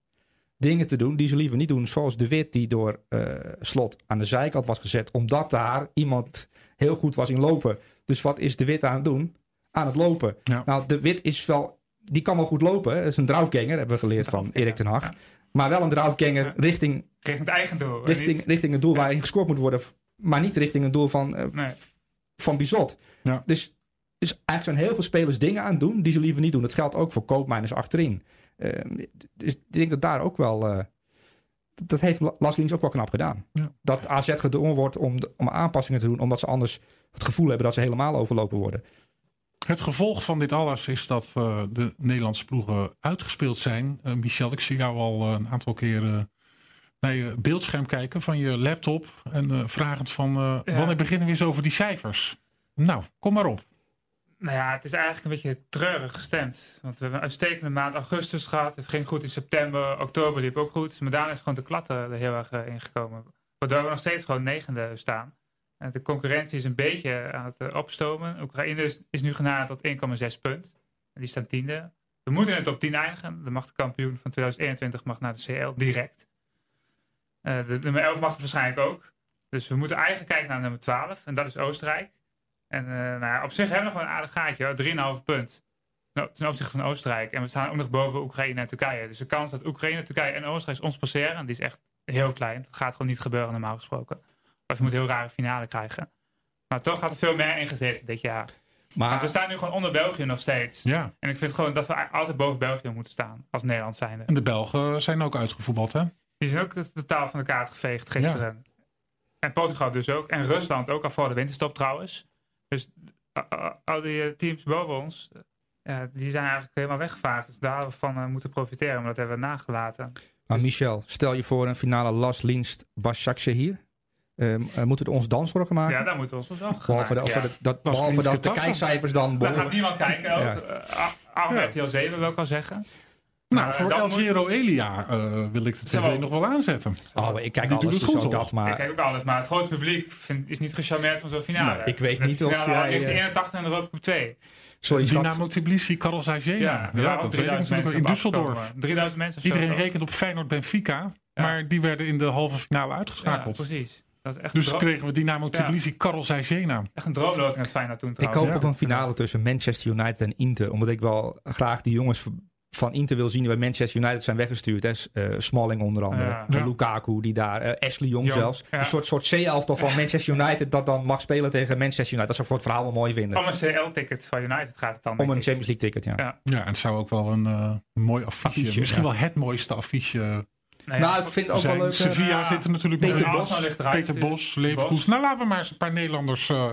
Speaker 1: dingen te doen die ze liever niet doen. Zoals de Wit die door eh, Slot aan de zijkant was gezet. Omdat daar iemand heel goed was in lopen. Dus wat is de Wit aan het doen? Aan het lopen.
Speaker 3: Ja.
Speaker 1: Nou, de Wit is wel... Die kan wel goed lopen. hè. Dat is een draufganger, hebben we geleerd van Erik ten Hag. Maar wel een draufganger
Speaker 2: Ja.
Speaker 1: richting,
Speaker 2: Richting het eigen doel. en
Speaker 1: richting,
Speaker 2: niet-
Speaker 1: richting een doel waar hij gescoord moet worden. Maar niet richting een doel van, eh,
Speaker 2: Nee.
Speaker 1: van Bizot.
Speaker 3: Ja.
Speaker 1: Dus, dus eigenlijk zijn heel veel spelers dingen aan het doen die ze liever niet doen. Dat geldt ook voor koopmijners achterin. Eh, dus ik denk dat daar ook wel. eh, dat- dat heeft La- Las Lins ook wel knap gedaan.
Speaker 3: Ja.
Speaker 1: Dat AZ gedwongen wordt om, de- om aanpassingen te doen, omdat ze anders het gevoel hebben dat ze helemaal overlopen worden.
Speaker 3: Het gevolg van dit alles is dat eh, de Nederlandse ploegen uitgespeeld zijn. Eh, Michel, ik zie jou al eh, een aantal keer eh, naar je beeldscherm kijken van je laptop. En eh, vragend van, eh,
Speaker 2: Ja.
Speaker 3: wanneer beginnen we eens over die cijfers? Nou, kom maar op.
Speaker 2: Nou ja, het is eigenlijk een beetje treurig gestemd. Want we hebben een uitstekende maand augustus gehad. Het ging goed in september. Oktober liep ook goed. Maar daarna is gewoon de klatten er heel erg eh, ingekomen. Waardoor we nog steeds gewoon negende staan. En de concurrentie is een beetje aan het eh, opstomen. Oekraïne is, is nu genaderd tot 1,6 punt. En die staan tiende. We moeten in de top 10 eindigen. Dan mag de kampioen van 2021 mag naar de CL direct. Eh, de nummer 11 mag het waarschijnlijk ook. Dus we moeten eigenlijk kijken naar nummer 12. En dat is Oostenrijk. En eh, nou ja, op zich hebben we nog wel een aardig gaatje. hoor. 3,5 punt. Nou, ten opzichte van Oostenrijk. En we staan ook nog boven Oekraïne en Turkije. Dus de kans dat Oekraïne, Turkije en Oostenrijk ons passeren... die is echt heel klein. Dat gaat gewoon niet gebeuren normaal gesproken. Of je moet een heel rare finale krijgen. Maar toch had er veel meer in gezeten dit jaar.
Speaker 1: Maar
Speaker 2: Want we staan nu gewoon onder België nog steeds.
Speaker 3: Ja.
Speaker 2: En ik vind gewoon dat we a- altijd boven België moeten staan. Als Nederland zijnde.
Speaker 3: En de Belgen zijn ook uitgevoetbald, hè?
Speaker 2: Die zijn ook totaal van de kaart geveegd gisteren. En Portugal dus ook. En Rusland ook al voor de winterstop trouwens. Dus a- a- al die eh, teams boven ons, eh, die zijn eigenlijk helemaal weggevaagd. Dus daar hadden we van eh, moeten profiteren, maar dat hebben we nagelaten.
Speaker 1: Maar Michel, stel je voor een finale Las Linst Başakşehir hier. Ehm, eh, moeten we ons dan zorgen maken?
Speaker 2: Ja, daar moeten we ons wel
Speaker 1: behalve dat,
Speaker 2: ja.
Speaker 1: dat, dat,
Speaker 3: Las
Speaker 1: behalve dat de
Speaker 3: Linz-Qatar.
Speaker 1: kijkcijfers dan...
Speaker 2: Daar
Speaker 1: behoren.
Speaker 2: gaat niemand kijken.
Speaker 1: Ja.
Speaker 2: Ook, eh, A- Ahmed ja. 7 wil ik al zeggen.
Speaker 3: Nou,
Speaker 2: Maar
Speaker 3: voor
Speaker 2: dat
Speaker 3: El
Speaker 2: moet-
Speaker 3: Giro Elia eh, wil ik de
Speaker 2: Zo.
Speaker 3: tv nog wel aanzetten.
Speaker 1: Oh, maar ik kijk
Speaker 3: Die
Speaker 1: alles,
Speaker 3: doen
Speaker 1: dus
Speaker 3: het goed,
Speaker 1: ook
Speaker 3: toch?
Speaker 1: dat,
Speaker 2: ik
Speaker 1: maar...
Speaker 2: kijk ook alles, maar het grote publiek vind- is niet gecharmeerd van zo'n finale.
Speaker 1: Nee, ik weet
Speaker 2: De
Speaker 1: niet of
Speaker 2: finale
Speaker 1: jij,
Speaker 2: heeft de
Speaker 1: eh,
Speaker 2: 81 en de Europa Cup 2.
Speaker 1: Sorry, schat.
Speaker 3: Dynamo Tbilisi, Karel
Speaker 2: Ja,
Speaker 3: Sajena. Ja,
Speaker 2: er waren
Speaker 3: dat weet ik
Speaker 2: 3000
Speaker 3: natuurlijk nog
Speaker 2: mensen
Speaker 3: in
Speaker 2: op afgekomen.
Speaker 3: Düsseldorf.
Speaker 2: 3000 mensen of zo,
Speaker 3: Iedereen
Speaker 2: toch?
Speaker 3: rekent op Feyenoord-Benfica, maar die werden in de halve finale uitgeschakeld.
Speaker 2: Ja, precies. Dat is echt
Speaker 3: dus
Speaker 2: een droom-
Speaker 3: kregen we Dynamo Tbilisi, Karel Sajena.
Speaker 2: echt een droomloting het Feyenoord toen
Speaker 1: Ik
Speaker 2: trouwens.
Speaker 1: hoop op een finale tussen Manchester United en Inter. Omdat ik wel graag die jongens v- van Inter wil zien die bij Manchester United zijn weggestuurd. Hè. S- eh, Smalling onder andere.
Speaker 2: Ja.
Speaker 1: En
Speaker 3: Ja.
Speaker 1: Lukaku die daar. eh, Ashley Young
Speaker 2: Young,
Speaker 1: zelfs.
Speaker 2: ja.
Speaker 1: Een soort, soort C-elftal van Manchester United dat dan mag spelen tegen Manchester United. Dat zou ik voor het verhaal wel mooi vinden.
Speaker 2: Om een CL-ticket van United gaat het dan.
Speaker 1: Om een
Speaker 2: denk Oh, ik.
Speaker 1: Champions League ticket, ja.
Speaker 2: Ja.
Speaker 3: Ja, en het zou ook wel een eh, mooi affiche, Eh,
Speaker 1: Affiche,
Speaker 3: misschien
Speaker 1: ja.
Speaker 3: wel het mooiste affiche
Speaker 2: Nee,
Speaker 1: Nou,
Speaker 2: ja,
Speaker 1: ik vind het ook
Speaker 3: zijn.
Speaker 1: wel leuk. eh,
Speaker 3: Sevilla
Speaker 2: eh,
Speaker 3: zit er natuurlijk
Speaker 1: Peter
Speaker 3: nog in.
Speaker 2: Bos. Arsenal ligt eruit,
Speaker 3: Peter Bos,
Speaker 2: Bos.
Speaker 3: Leverkusen. Nou, laten we maar eens een paar Nederlanders eh,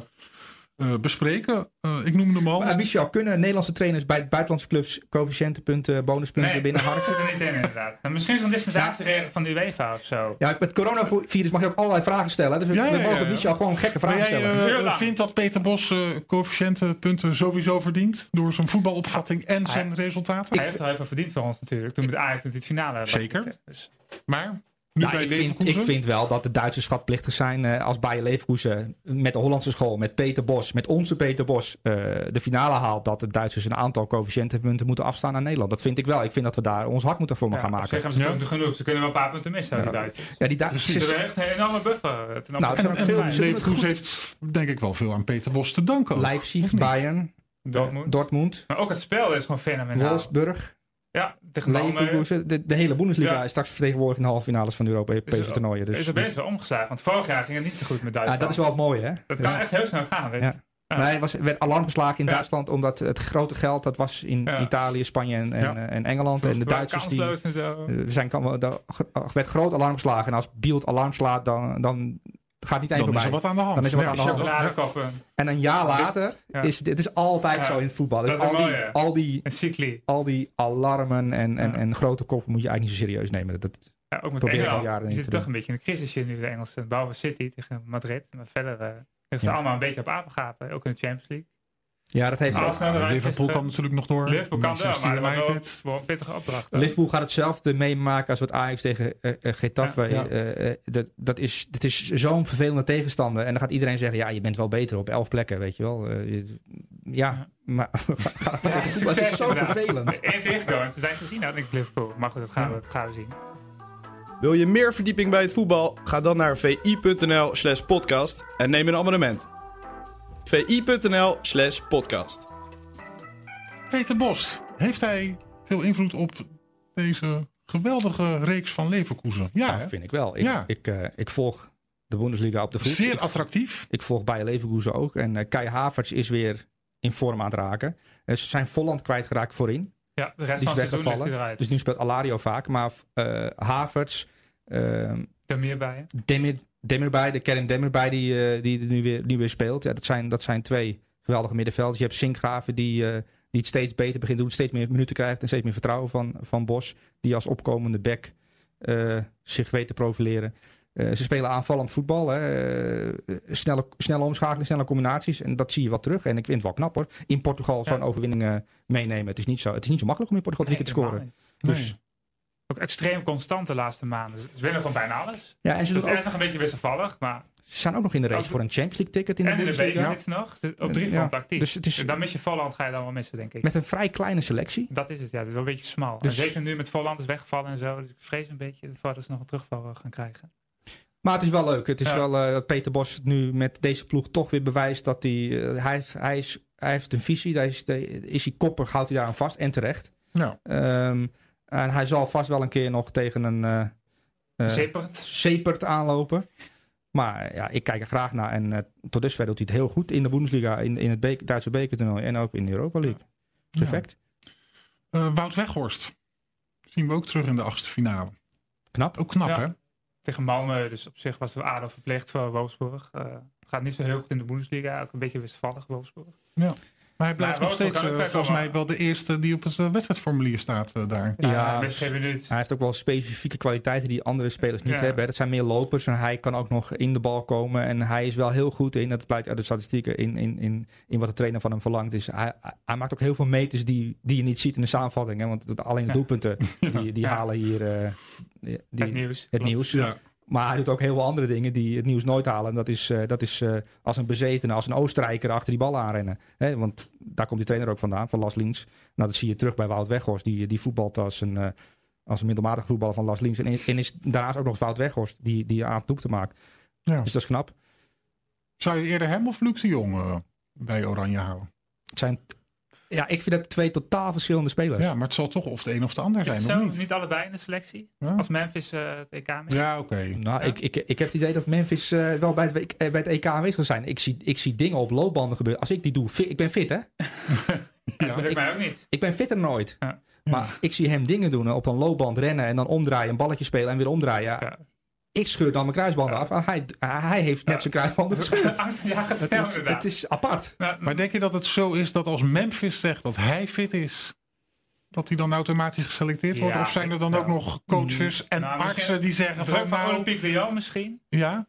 Speaker 3: eh, bespreken. Eh, ik noemde hem al.
Speaker 1: Maar, eh, Michel, kunnen Nederlandse trainers bij buitenlandse clubs coëfficiëntenpunten, bonuspunten
Speaker 2: Nee, dat
Speaker 1: binnenharken?
Speaker 2: zit er niet in inderdaad. En misschien zo'n dispensatieregel van de UEFA of zo.
Speaker 1: Ja, met coronavirus mag je ook allerlei vragen stellen. Dus we
Speaker 3: Ja, ja,
Speaker 1: we
Speaker 3: ja,
Speaker 1: mogen
Speaker 3: ja.
Speaker 1: Michel gewoon gekke
Speaker 3: Maar
Speaker 1: vragen
Speaker 3: jij
Speaker 1: stellen.
Speaker 3: eh,
Speaker 2: Heel lang.
Speaker 3: vindt dat Peter Bos eh coëfficiëntenpunten sowieso verdient door zijn voetbalopvatting en
Speaker 2: Ah,
Speaker 3: zijn resultaten?
Speaker 2: Hij heeft er heel veel verdiend voor ons natuurlijk. Toen met Ajax in het finale. hebben.
Speaker 3: Zeker.
Speaker 2: Dus,
Speaker 3: Maar nu
Speaker 1: Nou,
Speaker 3: bij
Speaker 1: ik, vind,
Speaker 3: Leverkusen.
Speaker 1: ik vind wel dat de Duitsers schatplichtig zijn eh, als Bayer Leverkusen met de Hollandse school, met Peter Bos, met onze Peter Bos, eh, de finale haalt. Dat de Duitsers een aantal coëfficiëntenpunten moeten afstaan aan Nederland. Dat vind ik wel. Ik vind dat we daar ons hard moeten voor
Speaker 2: ja,
Speaker 1: gaan
Speaker 2: op zich
Speaker 1: maken.
Speaker 2: hebben ze
Speaker 3: Ja.
Speaker 2: punten genoeg. Ze kunnen wel een paar punten missen. Die Duitsers.
Speaker 1: Ja, die Duitsers.
Speaker 2: Ze hebben echt een enorme buffer. eh, ten
Speaker 1: Nou,
Speaker 2: opzichte
Speaker 1: het zijn ook
Speaker 2: van
Speaker 1: veel
Speaker 2: mij.
Speaker 1: ze doen het
Speaker 3: Leverkusen
Speaker 1: goed.
Speaker 3: heeft denk ik wel veel aan Peter Bos te danken. ook.
Speaker 1: Leipzig,
Speaker 3: Of niet?
Speaker 1: Bayern,
Speaker 2: Dortmund.
Speaker 1: Dortmund,
Speaker 2: Maar ook het spel is gewoon fenomenaal.
Speaker 1: Wolfsburg,
Speaker 2: Ja, tegen Malmö.
Speaker 1: Leverkusen. De, de hele Bundesliga
Speaker 2: Ja.
Speaker 1: is straks vertegenwoordigd in de halve finales van de
Speaker 2: Is
Speaker 1: Europese
Speaker 2: er-
Speaker 1: toernooien. Dus,
Speaker 2: is er best wel omgeslagen. Want vorig jaar ging het niet zo goed met
Speaker 1: Ja,
Speaker 2: Duitsland.
Speaker 1: dat is wel het mooie, hè?
Speaker 2: Dat kan echt heel snel gaan. Weet je.
Speaker 1: Ja.
Speaker 2: Ja.
Speaker 1: Nee, er was, werd alarmbeslagen in
Speaker 2: Ja.
Speaker 1: Duitsland omdat het grote geld dat was in
Speaker 2: Ja.
Speaker 1: Italië, Spanje en, en,
Speaker 3: Ja.
Speaker 1: eh, en Engeland. En de
Speaker 2: Wel
Speaker 1: Duitsers die,
Speaker 2: kansloos en zo.
Speaker 1: eh, zijn, kan, wel- daar g- werd groot alarmbeslagen. En als Bielt alarm slaat, dan, dan gaat niet één
Speaker 3: Dan is er
Speaker 1: voorbij.
Speaker 3: wat aan de hand.
Speaker 1: Dan is er wat aan de hand.
Speaker 2: Chocoladekoppen.
Speaker 1: En een jaar later
Speaker 2: Ja.
Speaker 1: is dit is altijd
Speaker 2: Ja.
Speaker 1: zo in het voetbal. Dus
Speaker 2: Dat is
Speaker 1: al,
Speaker 2: het
Speaker 1: die,
Speaker 2: mooie.
Speaker 1: al, die,
Speaker 2: En cycli.
Speaker 1: al die alarmen en, en,
Speaker 2: Ja.
Speaker 1: en grote koppen moet je eigenlijk niet zo serieus nemen. Dat,
Speaker 2: Ja, ook met
Speaker 1: Probeer ik al
Speaker 2: Engeland.
Speaker 1: jaren
Speaker 2: Die
Speaker 1: niet
Speaker 2: zitten
Speaker 1: te
Speaker 2: toch een beetje in de crisis hier nu, de Engelsen. Behalve City tegen Madrid. Maar verder eh liggen ze
Speaker 1: Ja.
Speaker 2: allemaal een beetje op apengapen. Ook in de Champions League.
Speaker 1: ja, dat heeft
Speaker 2: Ah, snel eruit
Speaker 3: Nou, Liverpool
Speaker 2: gisteren.
Speaker 3: kan natuurlijk nog door.
Speaker 2: Liverpool kan wel,
Speaker 3: Manchester
Speaker 2: maar dat wordt wel-
Speaker 3: United.
Speaker 2: wel een pittige opdracht.
Speaker 1: Liverpool gaat hetzelfde meemaken als wat Ajax tegen eh, eh, Getafe.
Speaker 3: Ja, ja.
Speaker 1: eh, eh, dat, dat is, dat is zo'n vervelende tegenstander. En dan gaat iedereen zeggen, ja, je bent wel beter op elf plekken, weet je wel. Eh, je- ja,
Speaker 2: Ja.
Speaker 1: maar dat
Speaker 2: succes
Speaker 1: is zo
Speaker 2: inderdaad.
Speaker 1: vervelend.
Speaker 2: Eén tegenkomen. Ze zijn gezien, had ik Liverpool. Maar goed, dat gaan, we, dat gaan we zien.
Speaker 5: Wil je meer verdieping bij het voetbal? Ga dan naar vi.nl slash podcast en neem een abonnement. vi.nl slash podcast.
Speaker 3: Peter Bos, heeft hij veel invloed op deze geweldige reeks van Leverkusen? Ja,
Speaker 1: Ja,
Speaker 3: hè?
Speaker 1: vind ik wel. Ik,
Speaker 3: Ja.
Speaker 1: ik, eh, ik volg de Bundesliga op de voet.
Speaker 3: zeer
Speaker 1: Ik-
Speaker 3: attractief.
Speaker 1: Ik volg bij Leverkusen ook. En eh, Kai Havertz is weer in vorm aan het raken. Eh, ze zijn Volland kwijtgeraakt voorin.
Speaker 2: Ja, de rest
Speaker 1: Die is
Speaker 2: van het seizoen ligt
Speaker 1: weggevallen.
Speaker 2: hij eruit.
Speaker 1: Dus nu speelt Alario vaak. Maar eh Havertz, ehm,
Speaker 2: er meer bij. hè?
Speaker 1: Demir, Demirbay, de Kerem Demirbay die, eh, die er nu weer, nu weer speelt. Ja, dat, zijn, dat zijn twee geweldige middenvelders. Je hebt Sinkgraven die, eh, die het steeds beter begint te doen. Steeds meer minuten krijgt en steeds meer vertrouwen van, van Bos. Die als opkomende back eh, zich weet te profileren. Eh, ze spelen aanvallend voetbal. Hè. Eh, snelle, snelle omschakeling, snelle combinaties. En dat zie je wat terug. En ik vind het wel knap hoor. In Portugal zo'n
Speaker 2: Ja.
Speaker 1: overwinning eh, meenemen. Het is, niet zo, het is niet zo makkelijk om in Portugal drie
Speaker 2: Nee,
Speaker 1: keer te scoren.
Speaker 2: helemaal niet.
Speaker 1: Dus,
Speaker 2: Ook extreem constant de laatste maanden. Ze winnen gewoon bijna alles.
Speaker 1: ja, en ze,
Speaker 2: Dus
Speaker 1: doen
Speaker 2: er
Speaker 1: ook,
Speaker 2: is nog een beetje wisselvallig, maar...
Speaker 1: ze zijn ook nog in de race
Speaker 2: Als-
Speaker 1: voor een Champions League ticket in de
Speaker 2: en in de
Speaker 1: Bundesliga.
Speaker 2: beker zitten ze nog. Ze- Op drie
Speaker 1: Ja.
Speaker 2: fronten actief.
Speaker 1: Dus het is
Speaker 2: dan mis je Volland, ga je dan wel missen, denk ik.
Speaker 1: met een vrij kleine selectie.
Speaker 2: Dat is het, ja. Het is wel een beetje smal.
Speaker 1: Dus-
Speaker 2: En zeker nu met Volland is weggevallen en zo. Dus ik vrees een beetje dat we nog een terugval eh, gaan krijgen.
Speaker 1: Maar het is wel leuk. Het is
Speaker 2: Ja.
Speaker 1: wel eh, dat Peter Bos nu met deze ploeg toch weer bewijst dat hij... eh, hij, heeft- hij, is, hij heeft een visie. Hij is, de- is hij koppig, houdt hij daar aan vast. En terecht.
Speaker 3: Ja.
Speaker 1: Ehm, en hij zal vast wel een keer nog tegen een eh eh,
Speaker 2: Zeppert.
Speaker 1: Sepert aanlopen. Maar ja, ik kijk er graag naar. En eh, tot dusver doet hij het heel goed in de Bundesliga, in, in het be- Duitse bekertoernooi en ook in de Europa League. Perfect.
Speaker 3: Eh, Wout Weghorst. Zien we ook terug in de achtste finale.
Speaker 1: Knap.
Speaker 3: Ook knap,
Speaker 2: Ja.
Speaker 3: hè?
Speaker 2: Tegen Malmö, dus op zich was we aardig verplicht voor Wolfsburg. Eh, het gaat niet zo heel goed in de Bundesliga, ook een beetje wisselvallig Wolfsburg.
Speaker 3: Maar hij blijft
Speaker 2: Maar
Speaker 3: nog
Speaker 2: Nou, Wout
Speaker 3: steeds
Speaker 2: kan ook
Speaker 3: eh,
Speaker 2: vet
Speaker 3: volgens
Speaker 2: allemaal.
Speaker 3: mij wel de eerste die op het eh, wedstrijdformulier staat eh, daar.
Speaker 1: Ja, dus- Ah,
Speaker 2: best geen minuut.
Speaker 1: Hij heeft ook wel specifieke kwaliteiten die andere spelers niet
Speaker 2: Ja.
Speaker 1: hebben. hè. Dat zijn meer lopers en hij kan ook nog in de bal komen. En hij is wel heel goed in, dat blijkt uit de statistieken, in, in, in, in wat de trainer van hem verlangt. Dus hij, hij maakt ook heel veel meters die, die je niet ziet in de samenvatting. Hè? Want dat- alleen de
Speaker 2: Ja.
Speaker 1: doelpunten die, die
Speaker 2: Ja.
Speaker 1: halen hier eh, die,
Speaker 2: het nieuws.
Speaker 1: het
Speaker 2: klopt.
Speaker 1: nieuws.
Speaker 3: Ja,
Speaker 1: Maar hij doet ook heel veel andere dingen die het nieuws nooit halen. En dat is, eh, dat is eh, als een bezetene, als een Oostenrijker achter die bal aanrennen. Hè, want daar komt die trainer ook vandaan, van Las Lins. Nou, dat zie je terug bij Wout Weghorst. Die, die voetbalt als een, eh, als een middelmatig voetballer van Las Lins. En, en is daarnaast ook nog eens Wout Weghorst die, die aan het doek te maken.
Speaker 3: Ja.
Speaker 1: Dus dat is knap.
Speaker 3: Zou je eerder hem of Luc de Jong eh, bij Oranje houden?
Speaker 1: Het zijn, ja, ik vind dat twee totaal verschillende spelers.
Speaker 3: Ja, maar het zal toch of de een of de ander
Speaker 2: Is
Speaker 3: zijn,
Speaker 2: het
Speaker 3: of
Speaker 2: zo
Speaker 3: niet?
Speaker 2: niet allebei in de selectie?
Speaker 3: Ja,
Speaker 1: Hm?
Speaker 2: Als Memphis eh, het EK mist?
Speaker 3: Ja, oké.
Speaker 1: Nou,
Speaker 2: Ja.
Speaker 1: ik, ik, ik heb het idee dat Memphis eh, wel bij het, WK eh, bij het EK aanwezig zal zijn. Ik zie, ik zie dingen op loopbanden gebeuren. Als ik die doe, fi- ik ben fit hè.
Speaker 2: dat lukt
Speaker 1: ik-
Speaker 2: mij ook niet.
Speaker 1: Ik ben fitter dan ooit.
Speaker 2: Ja.
Speaker 1: Maar ik zie hem dingen doen. hè, Op een loopband rennen en dan omdraaien. Een balletje spelen en weer omdraaien.
Speaker 2: Ja.
Speaker 1: Ik scheur dan mijn kruisbanden
Speaker 2: Ja.
Speaker 1: af. En hij, hij heeft net
Speaker 2: Ja.
Speaker 1: zijn kruisbanden gescheurd.
Speaker 2: Angst ja, gaat
Speaker 1: Het
Speaker 2: snel
Speaker 1: is, het
Speaker 2: inderdaad.
Speaker 1: is apart.
Speaker 2: Nou,
Speaker 3: Maar denk je dat het zo is dat als Memphis zegt dat hij fit is, dat hij dan automatisch geselecteerd wordt?
Speaker 2: Ja,
Speaker 3: Of zijn er dan
Speaker 2: ik-
Speaker 3: ook
Speaker 2: nou,
Speaker 3: nog coaches en
Speaker 2: nou,
Speaker 3: artsen
Speaker 2: misschien-
Speaker 3: die zeggen
Speaker 2: druk
Speaker 3: van
Speaker 2: van
Speaker 3: nou,
Speaker 2: Olympique Lyon misschien?
Speaker 3: ja,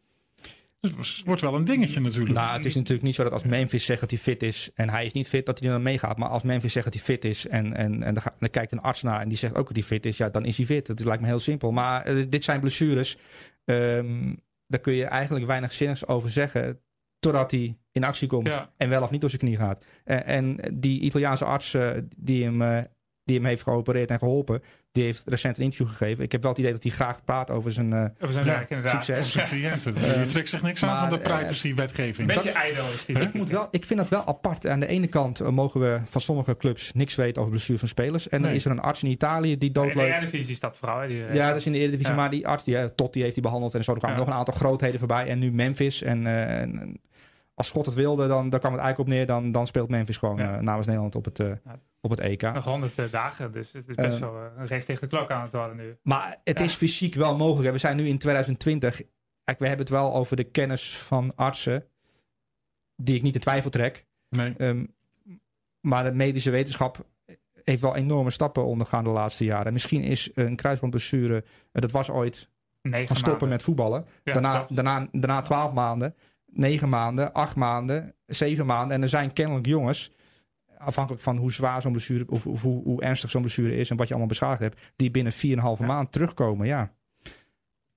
Speaker 3: Dus het wordt wel een dingetje natuurlijk.
Speaker 1: Nou, het is natuurlijk niet zo dat als Memphis zegt dat hij fit is en hij is niet fit, dat hij dan meegaat. Maar als Memphis zegt dat hij fit is en, en, en dan, ga- dan kijkt een arts naar en die zegt ook dat hij fit is, ja, dan is hij fit. Dat is, lijkt me heel simpel. Maar eh, dit zijn blessures. Ehm, daar kun je eigenlijk weinig zinnigs over zeggen totdat hij in actie komt
Speaker 2: Ja.
Speaker 1: en wel of niet door zijn knie gaat. En, en die Italiaanse arts eh, die, hem, eh, die hem heeft geopereerd en geholpen, die heeft recent een interview gegeven. Ik heb wel het idee dat hij graag praat over zijn eh,
Speaker 2: Of zijn
Speaker 3: Ja,
Speaker 2: werk inderdaad.
Speaker 1: succes.
Speaker 3: Onze cliënten. Je trekt zich niks aan
Speaker 1: eh, maar,
Speaker 3: van de
Speaker 1: eh,
Speaker 2: Een
Speaker 3: privacy-wetgeving.
Speaker 2: beetje ijdel is die. denk
Speaker 1: Ik,
Speaker 2: ik.
Speaker 1: moet wel, ik vind dat wel apart. Aan de ene kant eh, mogen we van sommige clubs niks weten over blessures van spelers. En dan
Speaker 3: Nee.
Speaker 1: is er een arts in Italië die
Speaker 2: In de
Speaker 1: doodloopt.
Speaker 2: Eredivisie is dat vooral. hè, die, eh,
Speaker 1: Ja,
Speaker 3: dus-
Speaker 1: dat is in de Eredivisie.
Speaker 2: Ja.
Speaker 1: Maar die arts, die, eh, Totti heeft die behandeld. En zo er kwamen
Speaker 2: Ja.
Speaker 1: nog een aantal grootheden voorbij. En nu Memphis. En, eh, en- en als Schot het wilde, dan, dan kwam het eigenlijk op neer. Dan, dan speelt Memphis gewoon
Speaker 2: Ja.
Speaker 1: eh, namens Nederland op het, eh,
Speaker 2: Ja.
Speaker 1: op het EK.
Speaker 2: nog honderd eh, dagen, dus het is best
Speaker 1: Eh.
Speaker 2: wel eh, een race tegen de klok aan het worden nu.
Speaker 1: Maar het
Speaker 2: Ja.
Speaker 1: is fysiek wel mogelijk. hè. We zijn nu in 2020. Kijk, we hebben het wel over de kennis van artsen. Die ik niet in twijfel trek.
Speaker 3: Nee.
Speaker 1: Ehm, maar de medische wetenschap heeft wel enorme stappen ondergaan de laatste jaren. Misschien is een kruisbandblessure, eh, dat was ooit,
Speaker 2: Negen
Speaker 1: gaan stoppen
Speaker 2: maanden.
Speaker 1: met voetballen.
Speaker 2: Ja,
Speaker 1: daarna,
Speaker 2: klopt.
Speaker 1: daarna, daarna twaalf maanden, negen maanden, acht maanden, zeven maanden. En er zijn kennelijk jongens, afhankelijk van hoe zwaar zo'n blessure, of, of hoe, hoe ernstig zo'n blessure is en wat je allemaal beschadigd hebt, die binnen 4,5 maand terugkomen, ja.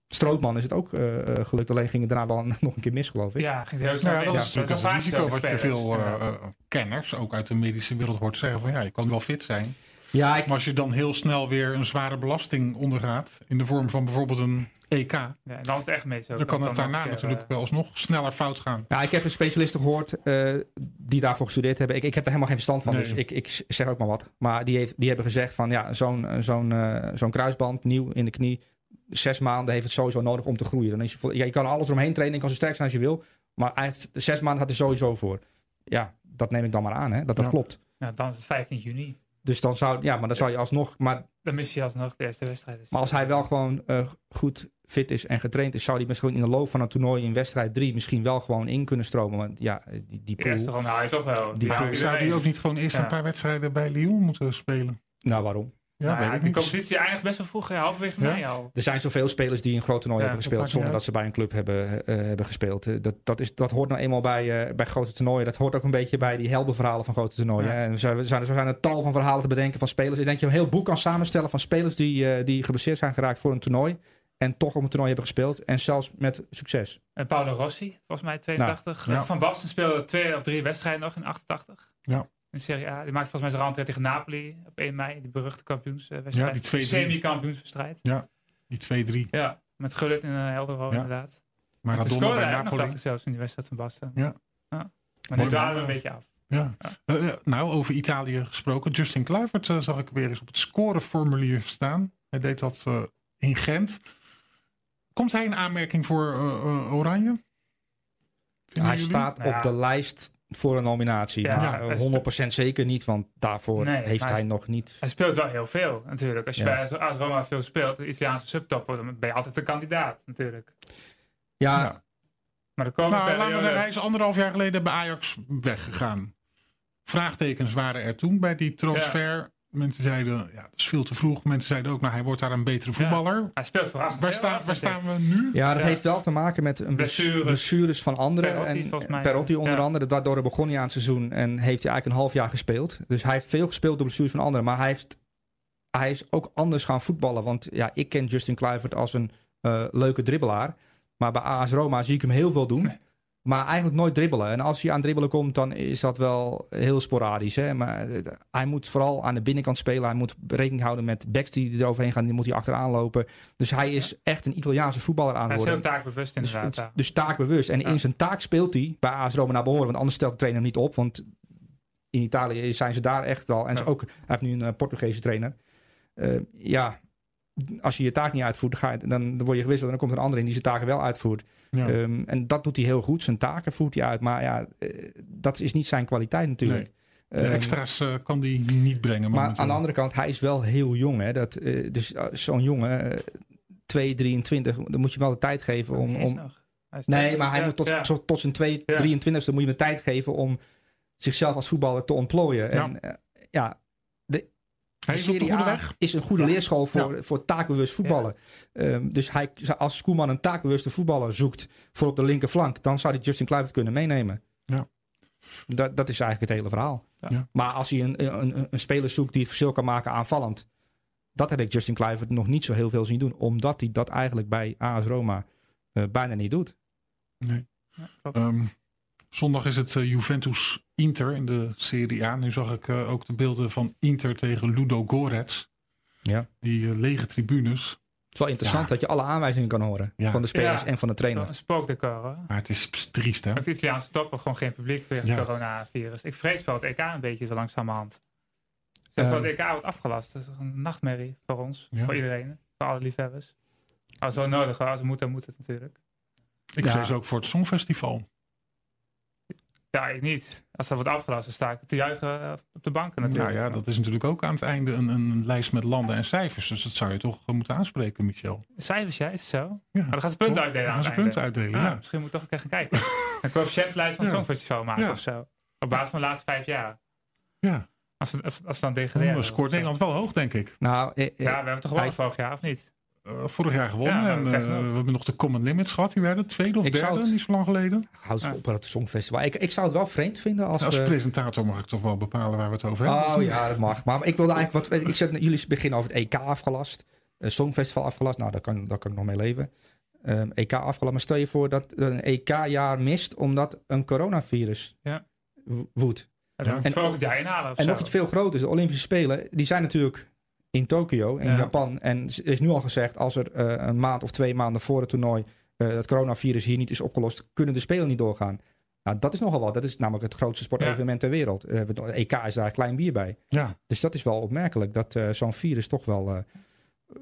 Speaker 1: Strootman is het ook eh, eh, gelukt, alleen ging het daarna wel een- nog een keer mis, geloof ik.
Speaker 2: Ja, ging het heel snel.
Speaker 3: Nou, ja,
Speaker 2: mis.
Speaker 3: dat is natuurlijk
Speaker 2: een
Speaker 3: het risico wat je veel
Speaker 2: Ja.
Speaker 3: eh, eh, kenners, ook uit de medische wereld, hoort zeggen van ja, je kan wel fit zijn.
Speaker 1: ja ik,
Speaker 3: Maar als je dan heel snel weer een zware belasting ondergaat, in de vorm van bijvoorbeeld een EK,
Speaker 2: Ja, en dan is het echt mis. ook.
Speaker 3: dan kan het
Speaker 2: nog
Speaker 3: daarna
Speaker 2: een keer,
Speaker 3: natuurlijk
Speaker 2: eh,
Speaker 3: wel alsnog sneller fout gaan.
Speaker 1: Ja, Nou, ik heb een specialist gehoord eh, die daarvoor gestudeerd hebben. Ik, ik heb daar helemaal geen verstand van,
Speaker 3: Nee.
Speaker 1: dus ik, ik zeg ook maar wat. Maar die, heeft, die hebben gezegd van ja, zo'n zo'n eh, zo'n kruisband, nieuw in de knie, zes maanden heeft het sowieso nodig om te groeien. Dan is je, vol- ja, je kan alles eromheen trainen, je kan zo sterk zijn als je wil, maar eigenlijk zes maanden gaat er sowieso voor. Ja, dat neem ik dan maar aan, hè, dat dat
Speaker 3: Ja.
Speaker 1: klopt.
Speaker 2: nou, dan is het 15 juni.
Speaker 1: Dus dan zou, ja, maar dan zou je alsnog, maar,
Speaker 2: Dan mis je alsnog de eerste wedstrijd. Dus-
Speaker 1: maar als hij wel gewoon eh, goed fit is en getraind is, zou hij misschien in de loop van een toernooi in wedstrijd drie misschien wel gewoon in kunnen stromen. Want ja, eh, die, die
Speaker 2: De eerste
Speaker 1: pool,
Speaker 2: ronde haal je toch wel.
Speaker 1: Die
Speaker 2: haalt
Speaker 1: pool.
Speaker 2: iedereen.
Speaker 3: Zou die ook niet gewoon eerst
Speaker 2: Ja.
Speaker 3: een paar wedstrijden bij Lyon moeten spelen?
Speaker 1: nou waarom?
Speaker 3: Ja,
Speaker 2: Nou ja,
Speaker 3: weet ik
Speaker 2: die
Speaker 3: niet.
Speaker 2: competitie eindigt best wel vroeg, ja, halverwege
Speaker 3: Ja?
Speaker 2: mei al.
Speaker 1: Er zijn zoveel spelers die een groot toernooi
Speaker 2: Ja,
Speaker 1: hebben gespeeld
Speaker 3: dat maakt
Speaker 1: zonder
Speaker 3: niet
Speaker 1: dat ze bij een club hebben, eh, hebben gespeeld. Eh, Dat, dat, is, dat hoort nou eenmaal bij, eh, bij grote toernooien. Dat hoort ook een beetje bij die heldenverhalen van grote toernooien.
Speaker 2: Ja.
Speaker 1: hè. En zo, zijn, er- zo zijn er tal van verhalen te bedenken van spelers. Ik denk dat je een heel boek kan samenstellen van spelers die, eh, die geblesseerd zijn geraakt voor een toernooi. En toch op een toernooi hebben gespeeld. En zelfs met succes.
Speaker 2: En Paolo Rossi, volgens mij 82.
Speaker 3: Nou, ja.
Speaker 2: Van Basten speelde twee of drie wedstrijden nog in 88.
Speaker 3: Ja.
Speaker 2: In Serie A. Die maakte volgens mij zijn randtijd tegen Napoli op 1 mei. Die beruchte kampioenswedstrijd.
Speaker 3: Ja, die 2-3.
Speaker 2: Semi-kampioenswedstrijd.
Speaker 3: Die 2-3.
Speaker 2: Ja, met Gullit en uh, Helderhoor
Speaker 3: Ja.
Speaker 2: inderdaad.
Speaker 3: Maradona bij
Speaker 2: nog, dacht
Speaker 3: Napoli.
Speaker 2: ik zelfs in die wedstrijd van Basten.
Speaker 3: Ja.
Speaker 2: Maar nu
Speaker 3: Wordt-
Speaker 2: dalen we een beetje af.
Speaker 3: Ja. Eh, eh, nou, over Italië gesproken. Justin Kluivert eh, zag ik weer eens op het scoreformulier staan. Hij deed dat eh, in Gent. Komt hij in aanmerking voor eh, eh, Oranje? Vinden
Speaker 1: Hij
Speaker 3: jullie?
Speaker 1: staat
Speaker 2: Nou ja.
Speaker 1: op de lijst voor een nominatie.
Speaker 2: Ja,
Speaker 1: maar
Speaker 2: ja,
Speaker 1: eh, 100% zeker niet, want daarvoor
Speaker 2: Nee,
Speaker 1: heeft
Speaker 2: maar
Speaker 1: hij
Speaker 2: hij-
Speaker 1: nog niet.
Speaker 2: Hij speelt wel heel veel natuurlijk. Als je
Speaker 1: Ja.
Speaker 2: bij AS Roma veel speelt, de Italiaanse subtopper, dan ben je altijd een kandidaat natuurlijk.
Speaker 1: Ja,
Speaker 3: Ja.
Speaker 2: Maar de komende
Speaker 3: Nou, laten we
Speaker 2: periode-
Speaker 3: zeggen, hij is anderhalf jaar geleden bij Ajax weggegaan. Vraagtekens waren er toen bij die transfer. Mensen zeiden, ja, dat is veel te vroeg. Mensen zeiden ook, nou, hij wordt daar een betere voetballer.
Speaker 2: hij speelt verrassend
Speaker 3: Waar,
Speaker 2: veel
Speaker 3: staan,
Speaker 2: af,
Speaker 3: waar
Speaker 2: vind ik.
Speaker 3: staan we nu?
Speaker 1: ja dat
Speaker 2: Ja.
Speaker 1: heeft wel te maken met een bless-
Speaker 2: Blessures.
Speaker 1: blessures. van anderen.
Speaker 2: Perotti,
Speaker 1: en eh,
Speaker 2: volgens mij.
Speaker 1: Perotti onder
Speaker 2: Ja.
Speaker 1: andere. Daardoor begon hij aan het seizoen en heeft hij eigenlijk een half jaar gespeeld. Dus hij heeft veel gespeeld door blessures van anderen. Maar hij, heeft, hij is ook anders gaan voetballen. Want ja, ik ken Justin Kluivert als een eh, leuke dribbelaar. Maar bij AS Roma zie ik hem heel veel doen. Maar eigenlijk nooit dribbelen. En als hij aan dribbelen komt, dan is dat wel heel sporadisch. Hè? Maar eh, hij moet vooral aan de binnenkant spelen. Hij moet rekening houden met backs die eroverheen gaan. Die moet hij achteraan lopen. Dus hij is echt een Italiaanse voetballer aan
Speaker 2: Hij
Speaker 1: het
Speaker 2: is heel
Speaker 1: worden.
Speaker 2: taakbewust
Speaker 1: Dus,
Speaker 2: inderdaad.
Speaker 1: dus-
Speaker 2: ja.
Speaker 1: dus taakbewust. En
Speaker 2: Ja.
Speaker 1: in zijn taak speelt hij bij AS Roma naar behoren. Want anders stelt de trainer hem niet op. Want in Italië zijn ze daar echt wel. En ze
Speaker 2: Ja.
Speaker 1: ook, hij heeft nu een eh, Portugese trainer. Eh, ja, als je je taak niet uitvoert, dan, ga je, dan dan word je gewisseld. En dan komt er een ander in die zijn taken wel uitvoert.
Speaker 3: Ja.
Speaker 1: Ehm, en dat doet hij heel goed. Zijn taken voert hij uit. Maar ja, eh, dat is niet zijn kwaliteit natuurlijk.
Speaker 3: de
Speaker 1: Ehm,
Speaker 3: extra's eh, kan hij niet brengen.
Speaker 1: maar
Speaker 3: momenteel.
Speaker 1: aan de andere kant, hij is wel heel jong. Hè? Dat, eh, dus eh, zo'n jongen, eh, 2, 23, dan moet je hem wel de tijd geven om...
Speaker 2: Hij is nou
Speaker 1: om
Speaker 2: nog- hij is
Speaker 1: nee,
Speaker 2: tegen-
Speaker 1: maar hij
Speaker 2: ja,
Speaker 1: moet tot,
Speaker 2: ja.
Speaker 1: zo- tot zijn 2,
Speaker 2: Ja.
Speaker 1: 23 moet je hem de tijd geven om zichzelf als voetballer te ontplooien.
Speaker 3: Ja.
Speaker 1: En eh, ja,
Speaker 3: hij
Speaker 1: de
Speaker 3: is op de
Speaker 1: Serie
Speaker 3: goede
Speaker 1: A
Speaker 3: weg.
Speaker 1: is een goede leerschool voor, voor taakbewust voetballen. Ehm, dus hij, als Koeman een taakbewuste voetballer zoekt voor op de linkerflank, dan zou hij Justin Kluivert kunnen meenemen.
Speaker 3: Ja.
Speaker 1: Dat, dat is eigenlijk het hele verhaal.
Speaker 2: Ja.
Speaker 3: Ja.
Speaker 1: Maar als hij een, een, een speler zoekt die het verschil kan maken aanvallend, dat heb ik Justin Kluivert nog niet zo heel veel zien doen, omdat hij dat eigenlijk bij AS Roma eh, bijna niet doet.
Speaker 2: Ja, klopt.
Speaker 3: Ehm, zondag is het eh, Juventus-Inter in de Serie A. Nu zag ik eh, ook de beelden van Inter tegen Ludo Gorets.
Speaker 1: Ja.
Speaker 3: Die eh, lege tribunes.
Speaker 1: Het is wel interessant
Speaker 3: Ja.
Speaker 1: dat je alle aanwijzingen kan horen
Speaker 3: Ja.
Speaker 1: van de spelers
Speaker 2: Ja.
Speaker 1: en van de trainer.
Speaker 2: Wel Een spookdecor hoor.
Speaker 3: Maar het is pst, triest, hè?
Speaker 2: Ook de Italiaanse toppen, gewoon geen publiek weer
Speaker 3: Ja.
Speaker 2: coronavirus. Ik vrees wel het EK een beetje zo langzamerhand. Zeg, wel,
Speaker 1: Ehm.
Speaker 2: het EK wordt afgelast. Dat is toch een nachtmerrie voor ons,
Speaker 3: Eh. Ja.
Speaker 2: voor iedereen, voor alle liefhebbers. Als het wel nodig hoor. als het moet, dan moet het natuurlijk.
Speaker 3: Ik
Speaker 1: Ja.
Speaker 3: vrees ook voor het Songfestival.
Speaker 2: Ja, ik niet. Als dat wordt afgelast, dan sta ik te juichen eh, op de banken natuurlijk.
Speaker 3: Nou ja, dat is natuurlijk ook aan het einde een, een lijst met landen en cijfers. Dus dat zou je toch eh, moeten aanspreken, Michel.
Speaker 2: Cijfers, ja, is het zo?
Speaker 3: Ja,
Speaker 2: Maar dan gaan ze punten
Speaker 3: toch?
Speaker 2: uitdelen
Speaker 3: Dan
Speaker 2: aan
Speaker 3: gaan ze
Speaker 2: het einde.
Speaker 3: punten uitdelen,
Speaker 2: Ah,
Speaker 3: ja.
Speaker 2: Misschien moet ik toch een keer gaan kijken. een coëfficiëntlijst van het
Speaker 3: Ja.
Speaker 2: Songfestival maken
Speaker 3: Ja.
Speaker 2: of zo. Op basis van de laatste vijf jaar.
Speaker 3: ja.
Speaker 2: Als we, als we dan
Speaker 3: Dan
Speaker 2: degraderen.
Speaker 3: scoort Nederland wel hoog, denk ik.
Speaker 1: Nou, eh, eh,
Speaker 2: Ja, we hebben toch gewonnen
Speaker 1: Hij-
Speaker 2: vorig jaar, of niet?
Speaker 3: Eh, vorig jaar gewonnen.
Speaker 2: Ja, dat
Speaker 3: en
Speaker 2: zegt
Speaker 3: eh,
Speaker 2: wel.
Speaker 3: we hebben nog de Common Limits gehad. Die werden tweede of
Speaker 1: Ik zou
Speaker 3: derde,
Speaker 1: het-
Speaker 3: niet zo lang geleden.
Speaker 1: houd het
Speaker 3: Ja.
Speaker 1: op bij het Songfestival. Ik, ik zou het wel vreemd vinden als...
Speaker 3: Als
Speaker 1: we-
Speaker 3: presentator mag ik toch wel bepalen waar we het over hebben. of
Speaker 1: Oh
Speaker 3: niet?
Speaker 1: ja, dat mag. Maar ik wilde eigenlijk wat. Ik zet jullie beginnen over het EK afgelast. eh, Songfestival afgelast. Nou, daar kan, daar kan ik nog mee leven. Ehm, EK afgelast. Maar stel je voor dat er een EK-jaar mist omdat een coronavirus
Speaker 2: Ja.
Speaker 1: wo- woedt.
Speaker 2: En dan moet je
Speaker 1: En-
Speaker 2: volgend jaar inhalen of
Speaker 1: En
Speaker 2: zo.
Speaker 1: nog iets veel groter is, de Olympische Spelen, die zijn natuurlijk in Tokio, in
Speaker 2: Ja.
Speaker 1: Japan. En er is nu al gezegd, als er eh, een maand of twee maanden voor het toernooi eh het coronavirus hier niet is opgelost, kunnen de Spelen niet doorgaan. Nou, dat is nogal wat. Dat is namelijk het grootste sportevenement ter wereld. Eh, het EK is daar een klein bier bij.
Speaker 3: Ja.
Speaker 1: Dus dat is wel opmerkelijk dat eh, zo'n virus toch wel eh, eh,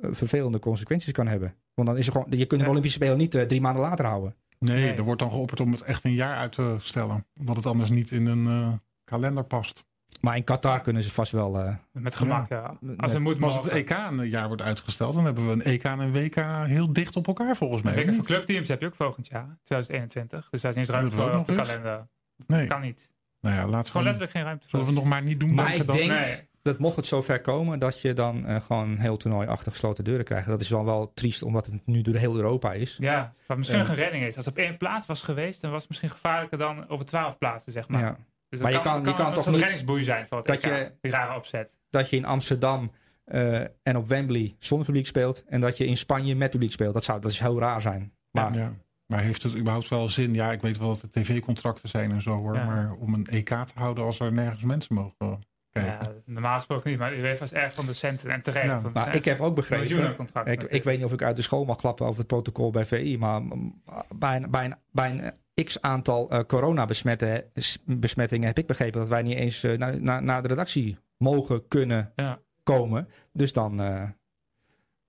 Speaker 1: vervelende consequenties kan hebben. Want dan is er gewoon, je kunt de
Speaker 2: Ja.
Speaker 1: Olympische Spelen niet eh, drie maanden later houden.
Speaker 3: Nee,
Speaker 2: Nee.
Speaker 3: er wordt dan geopperd om het echt een jaar uit te stellen. Omdat het anders niet in een eh, kalender past.
Speaker 1: Maar in Qatar kunnen ze vast wel. eh,
Speaker 2: Met gemak, ja. Als
Speaker 1: met-
Speaker 2: het moet,
Speaker 3: Maar als
Speaker 2: mogen.
Speaker 3: het EK een jaar wordt uitgesteld, dan hebben we een EK en een WK heel dicht op elkaar volgens mij.
Speaker 2: Kijk,
Speaker 3: of
Speaker 2: voor
Speaker 3: niet?
Speaker 2: clubteams heb je ook volgend jaar, 2021. Dus daar is niet eens ruimte
Speaker 3: Hebben we
Speaker 2: voor
Speaker 3: ook
Speaker 2: op de
Speaker 3: nog eens?
Speaker 2: kalender.
Speaker 3: Nee,
Speaker 2: Kan niet. Er
Speaker 3: nou ja, laat
Speaker 2: is gewoon
Speaker 3: gewoon.
Speaker 2: letterlijk geen ruimte
Speaker 3: Zullen
Speaker 2: voor.
Speaker 3: we nog maar niet doen.
Speaker 1: Maar
Speaker 3: denken
Speaker 1: ik
Speaker 3: dat-
Speaker 1: denk-
Speaker 2: Nee,
Speaker 1: dat mocht het zover komen dat je dan eh, gewoon een heel toernooi achter gesloten deuren krijgt. Dat is wel wel triest, omdat het nu door heel Europa is.
Speaker 2: ja. Wat misschien
Speaker 1: Ja.
Speaker 2: nog een redding is. Als het op één plaats was geweest, dan was het misschien gevaarlijker dan over twaalf plaatsen, zeg maar.
Speaker 1: Ja.
Speaker 2: Dus dat
Speaker 1: Maar je kan- je kan
Speaker 2: een
Speaker 1: toch
Speaker 2: soort
Speaker 1: niet
Speaker 2: reddingsboei zijn voor het
Speaker 1: dat
Speaker 2: EK,
Speaker 1: je-
Speaker 2: die rare opzet.
Speaker 1: Dat je in Amsterdam eh, en op Wembley zonder publiek speelt. En dat je in Spanje met publiek speelt. Dat zou dat is heel raar zijn. Maar
Speaker 3: Ja. Maar heeft het überhaupt wel zin? Ja, ik weet wel dat de tv-contracten zijn en zo hoor.
Speaker 2: Ja.
Speaker 3: Maar om een EK te houden als er nergens mensen mogen kijken.
Speaker 2: Ja, normaal gesproken niet, maar u weet vast erg van de centen en terecht.
Speaker 3: Ja.
Speaker 2: want het
Speaker 1: Maar
Speaker 2: zijn
Speaker 1: ik heb ook begrepen.
Speaker 2: miljoenencontracten
Speaker 1: Ik, ik
Speaker 2: natuurlijk.
Speaker 1: weet niet of ik uit de school mag klappen over het protocol bij VI. Maar mm, bij een, bij een, bij een eh, x aantal eh, coronabesmetten- s- besmettingen heb ik begrepen dat wij niet eens eh, naar naar- naar de redactie mogen kunnen
Speaker 2: Ja.
Speaker 1: komen. Dus dan. eh,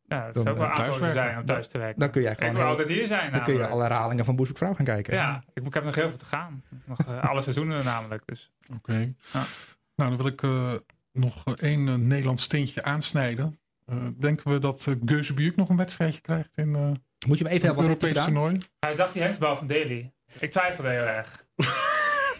Speaker 2: Ja, dat
Speaker 1: Dan,
Speaker 2: zou ook wel
Speaker 1: eh,
Speaker 2: aanboden
Speaker 3: thuiswerken.
Speaker 2: zijn om thuis te werken.
Speaker 1: Dan kun jij
Speaker 2: ik
Speaker 1: gewoon
Speaker 2: wil
Speaker 1: heel-
Speaker 2: altijd hier zijn
Speaker 1: dan kun je
Speaker 2: namelijk.
Speaker 1: alle herhalingen van Boezek Vrouw gaan kijken.
Speaker 2: Ja, ik, ik heb nog heel veel te gaan. Nog eh, alle seizoenen namelijk. Dus.
Speaker 3: Oké.
Speaker 2: Ja.
Speaker 3: Nou, dan wil ik eh, nog één eh, Nederlands steentje aansnijden. Eh, denken we dat eh Geuze Bierk nog een wedstrijdje krijgt in eh,
Speaker 1: Moet je hem even
Speaker 3: het
Speaker 1: helpen? Wat heeft
Speaker 3: Europees
Speaker 1: hij gedaan?
Speaker 3: toernooi?
Speaker 2: Hij zag die hensbal van Daly. Ik twijfelde heel erg.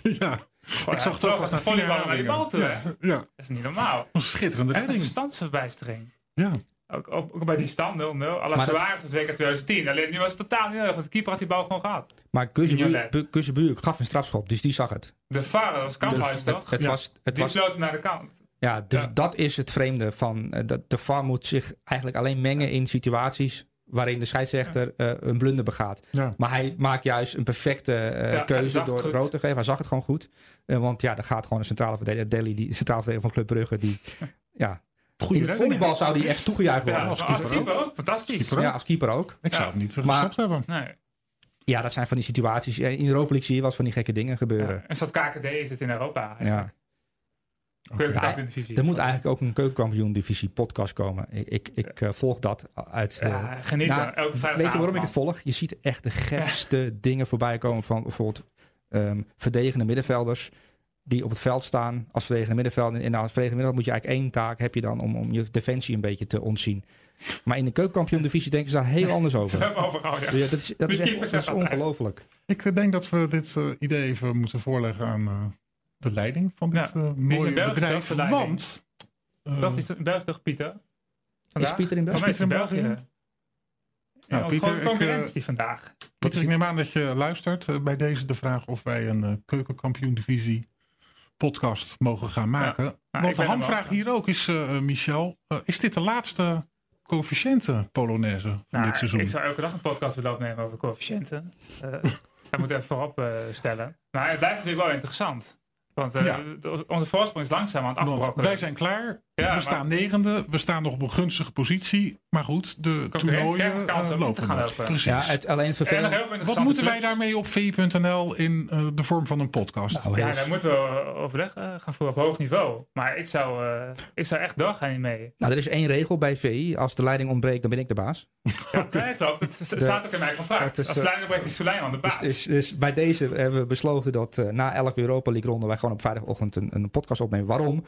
Speaker 3: ja,
Speaker 2: Goh,
Speaker 3: Ik
Speaker 2: ik
Speaker 3: zag
Speaker 2: zag
Speaker 3: het
Speaker 2: toch
Speaker 3: ook
Speaker 2: als
Speaker 3: na
Speaker 2: een
Speaker 3: tien
Speaker 2: volleybal naar die bal
Speaker 3: herhalingen.
Speaker 2: toe. hè. Dat
Speaker 3: ja.
Speaker 2: is niet normaal.
Speaker 3: Een schitterende
Speaker 2: Echt een
Speaker 3: redding.
Speaker 2: verstandsverbijstering.
Speaker 3: Ja.
Speaker 2: Ook, ook, ook bij die stand 0-0. Alles
Speaker 1: Maar dat-
Speaker 2: zwaar op zeker 2010. Alleen nu was het totaal niet nodig, want de keeper had die bal gewoon gehad.
Speaker 1: Maar
Speaker 2: Mignolet.
Speaker 1: Kussenbuur Kussenbuur gaf een strafschop, dus die zag het.
Speaker 2: De VAR, dat was Kamphuis,
Speaker 1: Dus het,
Speaker 2: toch?
Speaker 1: het
Speaker 3: Ja.
Speaker 1: was, het
Speaker 2: die
Speaker 1: was,
Speaker 2: sloot hem naar de kant.
Speaker 1: ja, dus
Speaker 2: Ja.
Speaker 1: dat is het vreemde van eh, dat de VAR moet zich eigenlijk alleen mengen in situaties waarin de scheidsrechter eh, een blunder begaat.
Speaker 3: Ja.
Speaker 1: Maar hij maakt juist een perfecte eh,
Speaker 2: hij
Speaker 1: keuze
Speaker 2: zag het
Speaker 1: door
Speaker 2: goed.
Speaker 1: rood te geven. Hij zag het gewoon goed. Eh, want ja, dan gaat gewoon een centrale verdediger, Deli, die centrale verdediger van Club Brugge, die ja, in
Speaker 3: Goede
Speaker 1: het
Speaker 3: redding.
Speaker 1: volleybal zou die echt toegejuicht
Speaker 2: Ja,
Speaker 1: worden.
Speaker 2: maar
Speaker 1: Ja,
Speaker 3: als
Speaker 2: als
Speaker 3: keeper
Speaker 2: keeper,
Speaker 3: ook.
Speaker 2: ook. Fantastisch.
Speaker 3: Keeper.
Speaker 1: als keeper ook.
Speaker 3: Ik zou
Speaker 2: Ja.
Speaker 3: het niet eh,
Speaker 1: Maar-
Speaker 3: gestopt hebben.
Speaker 2: Nee.
Speaker 1: Ja, dat zijn van die situaties. Eh, In Europa League zie je wel eens van die gekke dingen gebeuren.
Speaker 2: Ja, Een soort KKD is het in Europa.
Speaker 1: ja.
Speaker 2: Keukenkampioen-divisie.
Speaker 1: Er moet eigenlijk ook een keukenkampioen-divisie podcast komen. Ik, ik, ik eh, volg dat uit. eh,
Speaker 2: Ja, geniet
Speaker 1: nou,
Speaker 2: van elke vrijdagavond,
Speaker 1: weet je waarom ik
Speaker 2: man.
Speaker 1: het volg? Je ziet echt de gekste dingen voorbij komen van bijvoorbeeld ehm, verdedigende middenvelders. Die op het veld staan als verdedigende middenvelder. En nou, als verdedigende middenvelder moet je eigenlijk één taak heb je dan om, om je defensie een beetje te ontzien. Maar in de keukenkampioen-divisie denken ze daar heel anders
Speaker 2: Ze
Speaker 1: over.
Speaker 2: hebben overal, ja.
Speaker 1: Ja, dat is, dat is,
Speaker 2: Die keeper
Speaker 1: echt dat
Speaker 2: zegt
Speaker 1: is
Speaker 2: dat echt.
Speaker 1: ongelooflijk.
Speaker 3: Ik eh, denk dat we dit eh, idee even moeten voorleggen aan eh, de leiding van dit
Speaker 2: Ja,
Speaker 3: eh,
Speaker 2: in
Speaker 3: mooie
Speaker 2: België,
Speaker 3: bedrijf.
Speaker 2: toch, de leiding?
Speaker 3: Want eh,
Speaker 2: Toch is het in België toch, Pieter?
Speaker 1: Is Ehm. Pieter in België?
Speaker 2: Volgens mij is het
Speaker 3: Pieter in
Speaker 2: Ja,
Speaker 3: Nou, Pieter,
Speaker 2: Pieter,
Speaker 3: ik,
Speaker 2: gewoon concurrentie vandaag.
Speaker 3: Pieter, ik neem aan dat je luistert eh, bij deze de vraag of wij een eh keukenkampioen divisie podcast mogen gaan maken.
Speaker 2: Nou, ik
Speaker 3: Want de
Speaker 2: ben er
Speaker 3: hamvraag
Speaker 2: wel.
Speaker 3: hier ook is, eh, eh, Michel, eh, is dit de laatste coëfficiënte Polonaise van
Speaker 2: Nou,
Speaker 3: dit seizoen?
Speaker 2: Ik zou elke dag een podcast willen opnemen over coëfficiënten. Eh dat moet ik even voorop eh, stellen. Maar het blijft natuurlijk wel interessant. Want eh,
Speaker 3: Ja.
Speaker 2: de- onze voorsprong is langzaam aan het
Speaker 3: Want
Speaker 2: afbrokkelen.
Speaker 3: wij zijn klaar,
Speaker 2: Ja,
Speaker 3: we
Speaker 2: maar-
Speaker 3: staan negende, we staan nog op een gunstige positie. Maar goed, de
Speaker 2: krijgen
Speaker 3: toernooien
Speaker 2: we kansen
Speaker 3: eh,
Speaker 2: om te
Speaker 3: lopen
Speaker 2: gaan
Speaker 3: nog.
Speaker 2: lopen.
Speaker 3: Precies.
Speaker 1: Ja, het, alleen het
Speaker 2: en nog
Speaker 1: vervelende...
Speaker 2: heel veel
Speaker 3: Wat
Speaker 2: interessante
Speaker 3: moeten wij
Speaker 2: clubs.
Speaker 3: daarmee op vi.nl in eh, de vorm van een podcast?
Speaker 1: Nou, heel-
Speaker 2: Ja, daar moeten we eh, overleg eh, gaan voeren op hoog niveau. Maar ik zou, eh, ik zou echt doorgaan hiermee.
Speaker 1: nou, er is één regel bij VI. Als de leiding ontbreekt, dan ben ik de baas.
Speaker 2: Ja, nee, klopt. Het s- staat ook in mijn contract.
Speaker 1: Het is,
Speaker 2: Als
Speaker 1: eh,
Speaker 2: lijnopbreker is Soleiman de
Speaker 1: Dus,
Speaker 2: baas.
Speaker 1: dus, dus bij deze hebben we besloten dat eh, na elke Europa League ronde wij gewoon op vrijdagochtend een, een podcast opnemen. Waarom?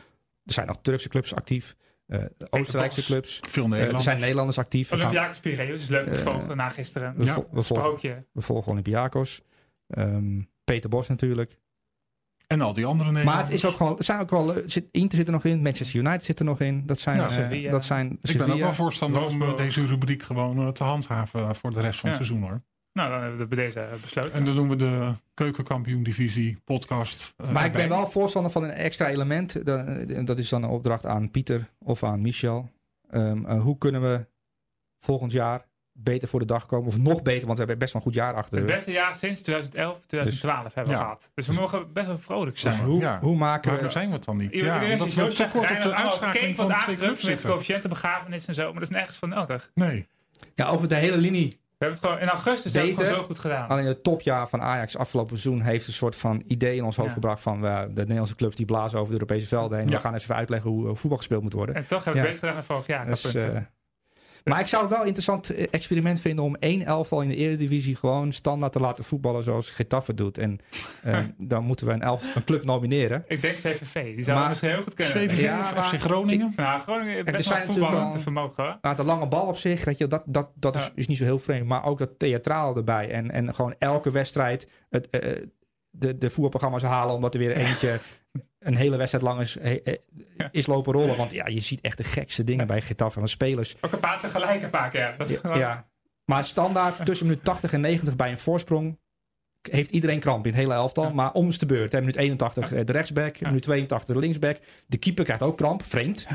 Speaker 1: Er zijn nog Turkse clubs actief, eh, Oostenrijkse
Speaker 2: Bos.
Speaker 1: clubs,
Speaker 3: Veel
Speaker 1: eh, er
Speaker 3: Nederlanders.
Speaker 1: zijn Nederlanders actief. We, gaan-
Speaker 2: Olympiakos Piraeus is leuk te
Speaker 1: Eh,
Speaker 2: volgen na gisteren.
Speaker 1: we,
Speaker 3: Ja.
Speaker 1: vol- we volgen,
Speaker 2: Sprookje.
Speaker 1: we volgen Olympiakos, ehm, Peter Bos natuurlijk.
Speaker 3: en al die andere
Speaker 1: Maar
Speaker 3: Nederlanders.
Speaker 1: het is ook gewoon, er zijn ook wel, eh, zit, Inter zit er nog in, Manchester United zit er nog in. Dat zijn,
Speaker 3: Ja,
Speaker 1: eh,
Speaker 2: Sevilla.
Speaker 1: dat zijn
Speaker 3: Ik ben ook
Speaker 1: Sevilla.
Speaker 3: wel voorstander om eh,
Speaker 2: Wolfsburg.
Speaker 3: deze rubriek gewoon eh, te handhaven voor de rest van het
Speaker 2: Ja.
Speaker 3: seizoen hoor.
Speaker 2: Nou, dan hebben we dat bij deze eh, besloten.
Speaker 3: En dus- dan doen we de keukenkampioen divisie podcast. eh,
Speaker 1: Maar ik ben
Speaker 3: erbij.
Speaker 1: wel voorstander van een extra element. Dan- eh, Dat is dan een opdracht aan Pieter of aan Michel. Ehm, eh, hoe kunnen we volgend jaar beter voor de dag komen? Of nog beter, want we hebben best wel een goed jaar achter. de
Speaker 2: Het
Speaker 1: rug.
Speaker 2: beste jaar sinds 2011, 2012 hebben we
Speaker 3: ja.
Speaker 2: gehad. Dus we mogen best wel vrolijk zijn.
Speaker 1: Dus hoe,
Speaker 3: Ja.
Speaker 1: hoe maken
Speaker 3: Maar
Speaker 1: we...
Speaker 3: daar zijn we het dan niet.
Speaker 2: Iedereen
Speaker 3: Ja,
Speaker 2: is
Speaker 3: omdat
Speaker 2: zo
Speaker 3: we te kort op
Speaker 2: chagrijnig Nou,
Speaker 3: de
Speaker 2: en allemaal
Speaker 3: uitschakeling
Speaker 2: keek
Speaker 3: van
Speaker 2: wat
Speaker 3: twee
Speaker 2: aangedrukt
Speaker 3: clubs
Speaker 2: Met
Speaker 3: zitten.
Speaker 2: coëfficiënten, begrafenis en zo, maar dat is nergens van nodig.
Speaker 3: Nee.
Speaker 1: Ja, over de hele linie.
Speaker 2: We hebben het gewoon in augustus hebben we het
Speaker 1: Beter. Ah,
Speaker 2: gewoon zo goed gedaan.
Speaker 1: Alleen het topjaar van Ajax afgelopen seizoen heeft een soort van idee in ons hoofd
Speaker 2: Ja.
Speaker 1: gebracht van eh, de Nederlandse clubs die blazen over de Europese velden heen.
Speaker 3: Ja.
Speaker 1: We gaan eens even uitleggen hoe eh, voetbal gespeeld moet worden.
Speaker 2: En toch hebben we
Speaker 1: Ja.
Speaker 2: het beter gedaan dan vorig jaar.
Speaker 1: Dus,
Speaker 2: dat punt.
Speaker 1: eh, maar ik zou het wel een interessant eh, experiment vinden om één elftal in de Eredivisie gewoon standaard te laten voetballen zoals Getafe doet. En eh, dan moeten we een, elf, een club nomineren.
Speaker 2: ik denk VVV, die zou
Speaker 1: maar-
Speaker 2: het misschien heel goed kunnen.
Speaker 3: VVV
Speaker 1: Ja,
Speaker 3: of
Speaker 1: maar-
Speaker 3: FC Groningen.
Speaker 2: Nou, gewoon
Speaker 1: er
Speaker 2: best
Speaker 1: zijn
Speaker 2: wel voetballen
Speaker 1: natuurlijk
Speaker 2: te vermogen. hoor.
Speaker 1: Nou, de lange bal op zich, weet je, dat, dat, dat is,
Speaker 2: Ja.
Speaker 1: is niet zo heel vreemd. Maar ook dat theatraal erbij. En, en gewoon elke wedstrijd het, eh, eh, de, de voerprogramma's halen omdat er weer eentje een hele wedstrijd lang is, eh, eh, is lopen rollen. Want ja, je ziet echt de gekste dingen bij Getafe van spelers.
Speaker 2: Ook een paar tegelijk een paar keer. Dat is
Speaker 1: Ja,
Speaker 2: gewoon-
Speaker 1: ja. Maar standaard tussen minuut 80 en 90 bij een voorsprong k- heeft iedereen kramp in het hele elftal. Maar om is de beurt. Hè, minuut 81 eh, de rechtsback, minuut 82 de linksback. De keeper krijgt ook kramp, vreemd.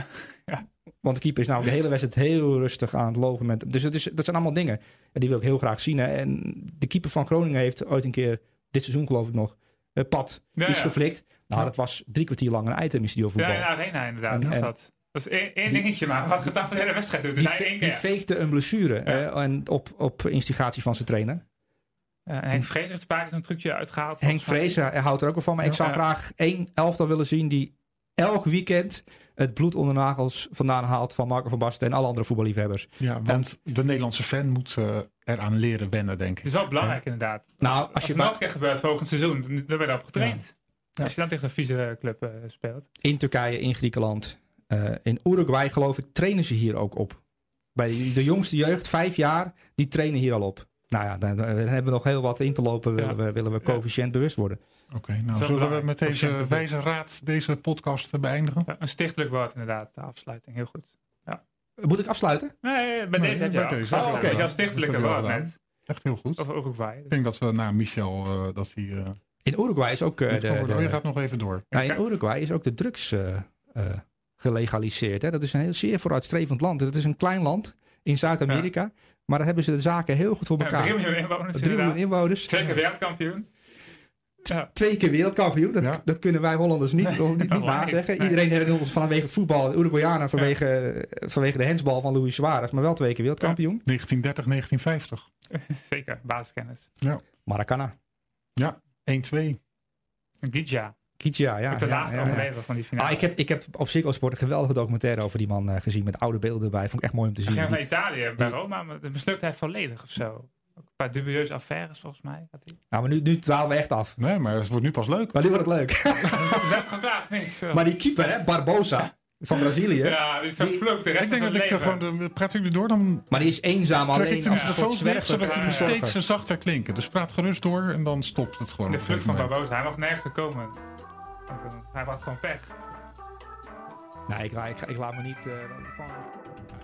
Speaker 1: Want de keeper is nou de hele wedstrijd heel rustig aan het lopen. Met, dus het is, dat zijn allemaal dingen. En die wil ik heel graag zien. Hè. En de keeper van Groningen heeft ooit een keer, dit seizoen geloof ik nog, eh, pad
Speaker 2: Ja,
Speaker 1: iets
Speaker 2: ja.
Speaker 1: geflikt. Nou, dat was drie kwartier lang een item in Studio
Speaker 2: Ja,
Speaker 1: Voetbal.
Speaker 2: in de arena inderdaad.
Speaker 1: En-
Speaker 2: was dat. dat is één, één dingetje maar. Wat gedaan van de hele wedstrijd doet.
Speaker 1: Die,
Speaker 2: hij
Speaker 1: fe-
Speaker 2: één
Speaker 1: die
Speaker 2: keer.
Speaker 1: fakte een blessure eh, en op, op instigatie van zijn trainer.
Speaker 2: Ja, en Henk Vrees heeft een paar keer zo'n trucje uitgehaald.
Speaker 1: Henk
Speaker 2: Volgens mij.
Speaker 1: Vrezen houdt er ook wel van. Maar ik zou
Speaker 2: Ja.
Speaker 1: graag één elftal willen zien die elk weekend het bloed onder de nagels vandaan haalt van Marco van Basten en alle andere voetballiefhebbers.
Speaker 3: Ja, want de Nederlandse fan moet eh, eraan leren wennen, denk
Speaker 2: Het
Speaker 3: ik.
Speaker 2: is wel belangrijk inderdaad.
Speaker 1: Nou,
Speaker 2: Als
Speaker 1: als je
Speaker 2: je het nog
Speaker 1: maar
Speaker 2: een keer gebeurt volgend seizoen, dan dan ben je op getraind.
Speaker 1: Ja.
Speaker 2: Als je dan tegen zo'n vieze club eh, speelt.
Speaker 1: in Turkije, in Griekenland, eh, in Uruguay geloof ik, trainen ze hier ook op. Bij de jongste jeugd, vijf jaar, die trainen hier al op. Nou ja, dan, dan hebben we nog heel wat in te lopen, willen
Speaker 2: Ja.
Speaker 1: we, willen we coëfficiënt bewust worden.
Speaker 3: Oké, nou
Speaker 2: wel
Speaker 3: zullen we
Speaker 2: belangrijk.
Speaker 3: met deze
Speaker 2: Efficiënt
Speaker 3: wijze raad deze podcast eh, beëindigen?
Speaker 2: Ja, een stichtelijk woord inderdaad, de afsluiting. Heel goed.
Speaker 1: Moet ik afsluiten?
Speaker 2: Nee, bij
Speaker 3: Nee,
Speaker 2: deze heb je
Speaker 3: bij
Speaker 2: al.
Speaker 3: deze.
Speaker 2: Oh,
Speaker 1: Oké.
Speaker 2: oké.
Speaker 1: Dat
Speaker 2: Jouw
Speaker 3: heb
Speaker 2: stichtelijke
Speaker 3: je al
Speaker 2: woord
Speaker 3: gedaan.
Speaker 2: net.
Speaker 3: Echt heel goed.
Speaker 2: Over Uruguay.
Speaker 3: Ik denk dat we na Michel, eh, dat hij... eh,
Speaker 1: In Uruguay is ook, eh, de,
Speaker 3: oh,
Speaker 1: de-
Speaker 3: je gaat nog even door.
Speaker 1: nou, in Uruguay is ook de drugs eh, eh, gelegaliseerd. Hè? Dat is een heel zeer vooruitstrevend land. Het is een klein land in Zuid-Amerika. Maar daar hebben ze de zaken heel goed voor
Speaker 2: Ja,
Speaker 1: elkaar.
Speaker 2: 3 miljoen inwoners
Speaker 1: Drie miljoen
Speaker 2: inderdaad.
Speaker 1: inwoners.
Speaker 2: Twee keer wereldkampioen. Ja,
Speaker 1: Twee keer wereldkampioen. Dat,
Speaker 3: Ja.
Speaker 1: dat kunnen wij Hollanders niet, niet, niet
Speaker 2: dat lijkt,
Speaker 1: nazeggen.
Speaker 2: nee.
Speaker 1: Iedereen herinnert ons vanwege het voetbal. De Uruguayanen vanwege, eh, vanwege de hensbal van Luis Suarez. Maar wel twee keer wereldkampioen.
Speaker 3: 1930, 1950.
Speaker 2: zeker. Basiskennis.
Speaker 1: Maracana.
Speaker 3: 1-2.
Speaker 2: Gidja.
Speaker 1: Kitia, ja.
Speaker 2: Ook de
Speaker 1: Ah, ja,
Speaker 2: laatste
Speaker 1: ja, ja.
Speaker 2: overlever van die finale.
Speaker 1: Ah, ik, heb, ik heb op Ziggo Sport een geweldige documentaire over die man eh, gezien. Met oude beelden erbij. Vond ik echt mooi om te
Speaker 2: Hij
Speaker 1: zien.
Speaker 2: ging
Speaker 1: Die-
Speaker 2: naar Italië bij Roma, maar dat mislukt hij volledig of zo. Ook een paar dubieuze affaires volgens mij. Had hij.
Speaker 1: Nou, maar nu, nu dwalen we echt af.
Speaker 3: Nee, maar het wordt nu pas leuk.
Speaker 1: Maar nu wordt het leuk.
Speaker 2: We zijn het vandaag niet.
Speaker 1: maar die keeper, hè, Barbosa van Brazilië.
Speaker 2: Ja, dit is vervloekt. De rest
Speaker 3: Ik denk
Speaker 2: van zijn
Speaker 3: dat ik eh,
Speaker 2: leven.
Speaker 3: gewoon... De, praat jullie door, dan
Speaker 1: Maar die is eenzaam
Speaker 3: trek ik
Speaker 1: alleen
Speaker 3: de
Speaker 1: als een
Speaker 3: microfoon
Speaker 1: soort
Speaker 3: weg, zodat
Speaker 1: zwerver.
Speaker 3: jullie
Speaker 2: Ja.
Speaker 3: steeds zachter klinken. Dus praat gerust door en dan stopt het gewoon.
Speaker 2: De
Speaker 3: op een
Speaker 2: vlucht van
Speaker 3: gegeven
Speaker 2: Barbosa, hij mag nergens komen. Want, eh, Hij wacht gewoon pech.
Speaker 1: Nee, ik, la- ik, ga- ik laat me niet... eh, gewoon-
Speaker 3: moment.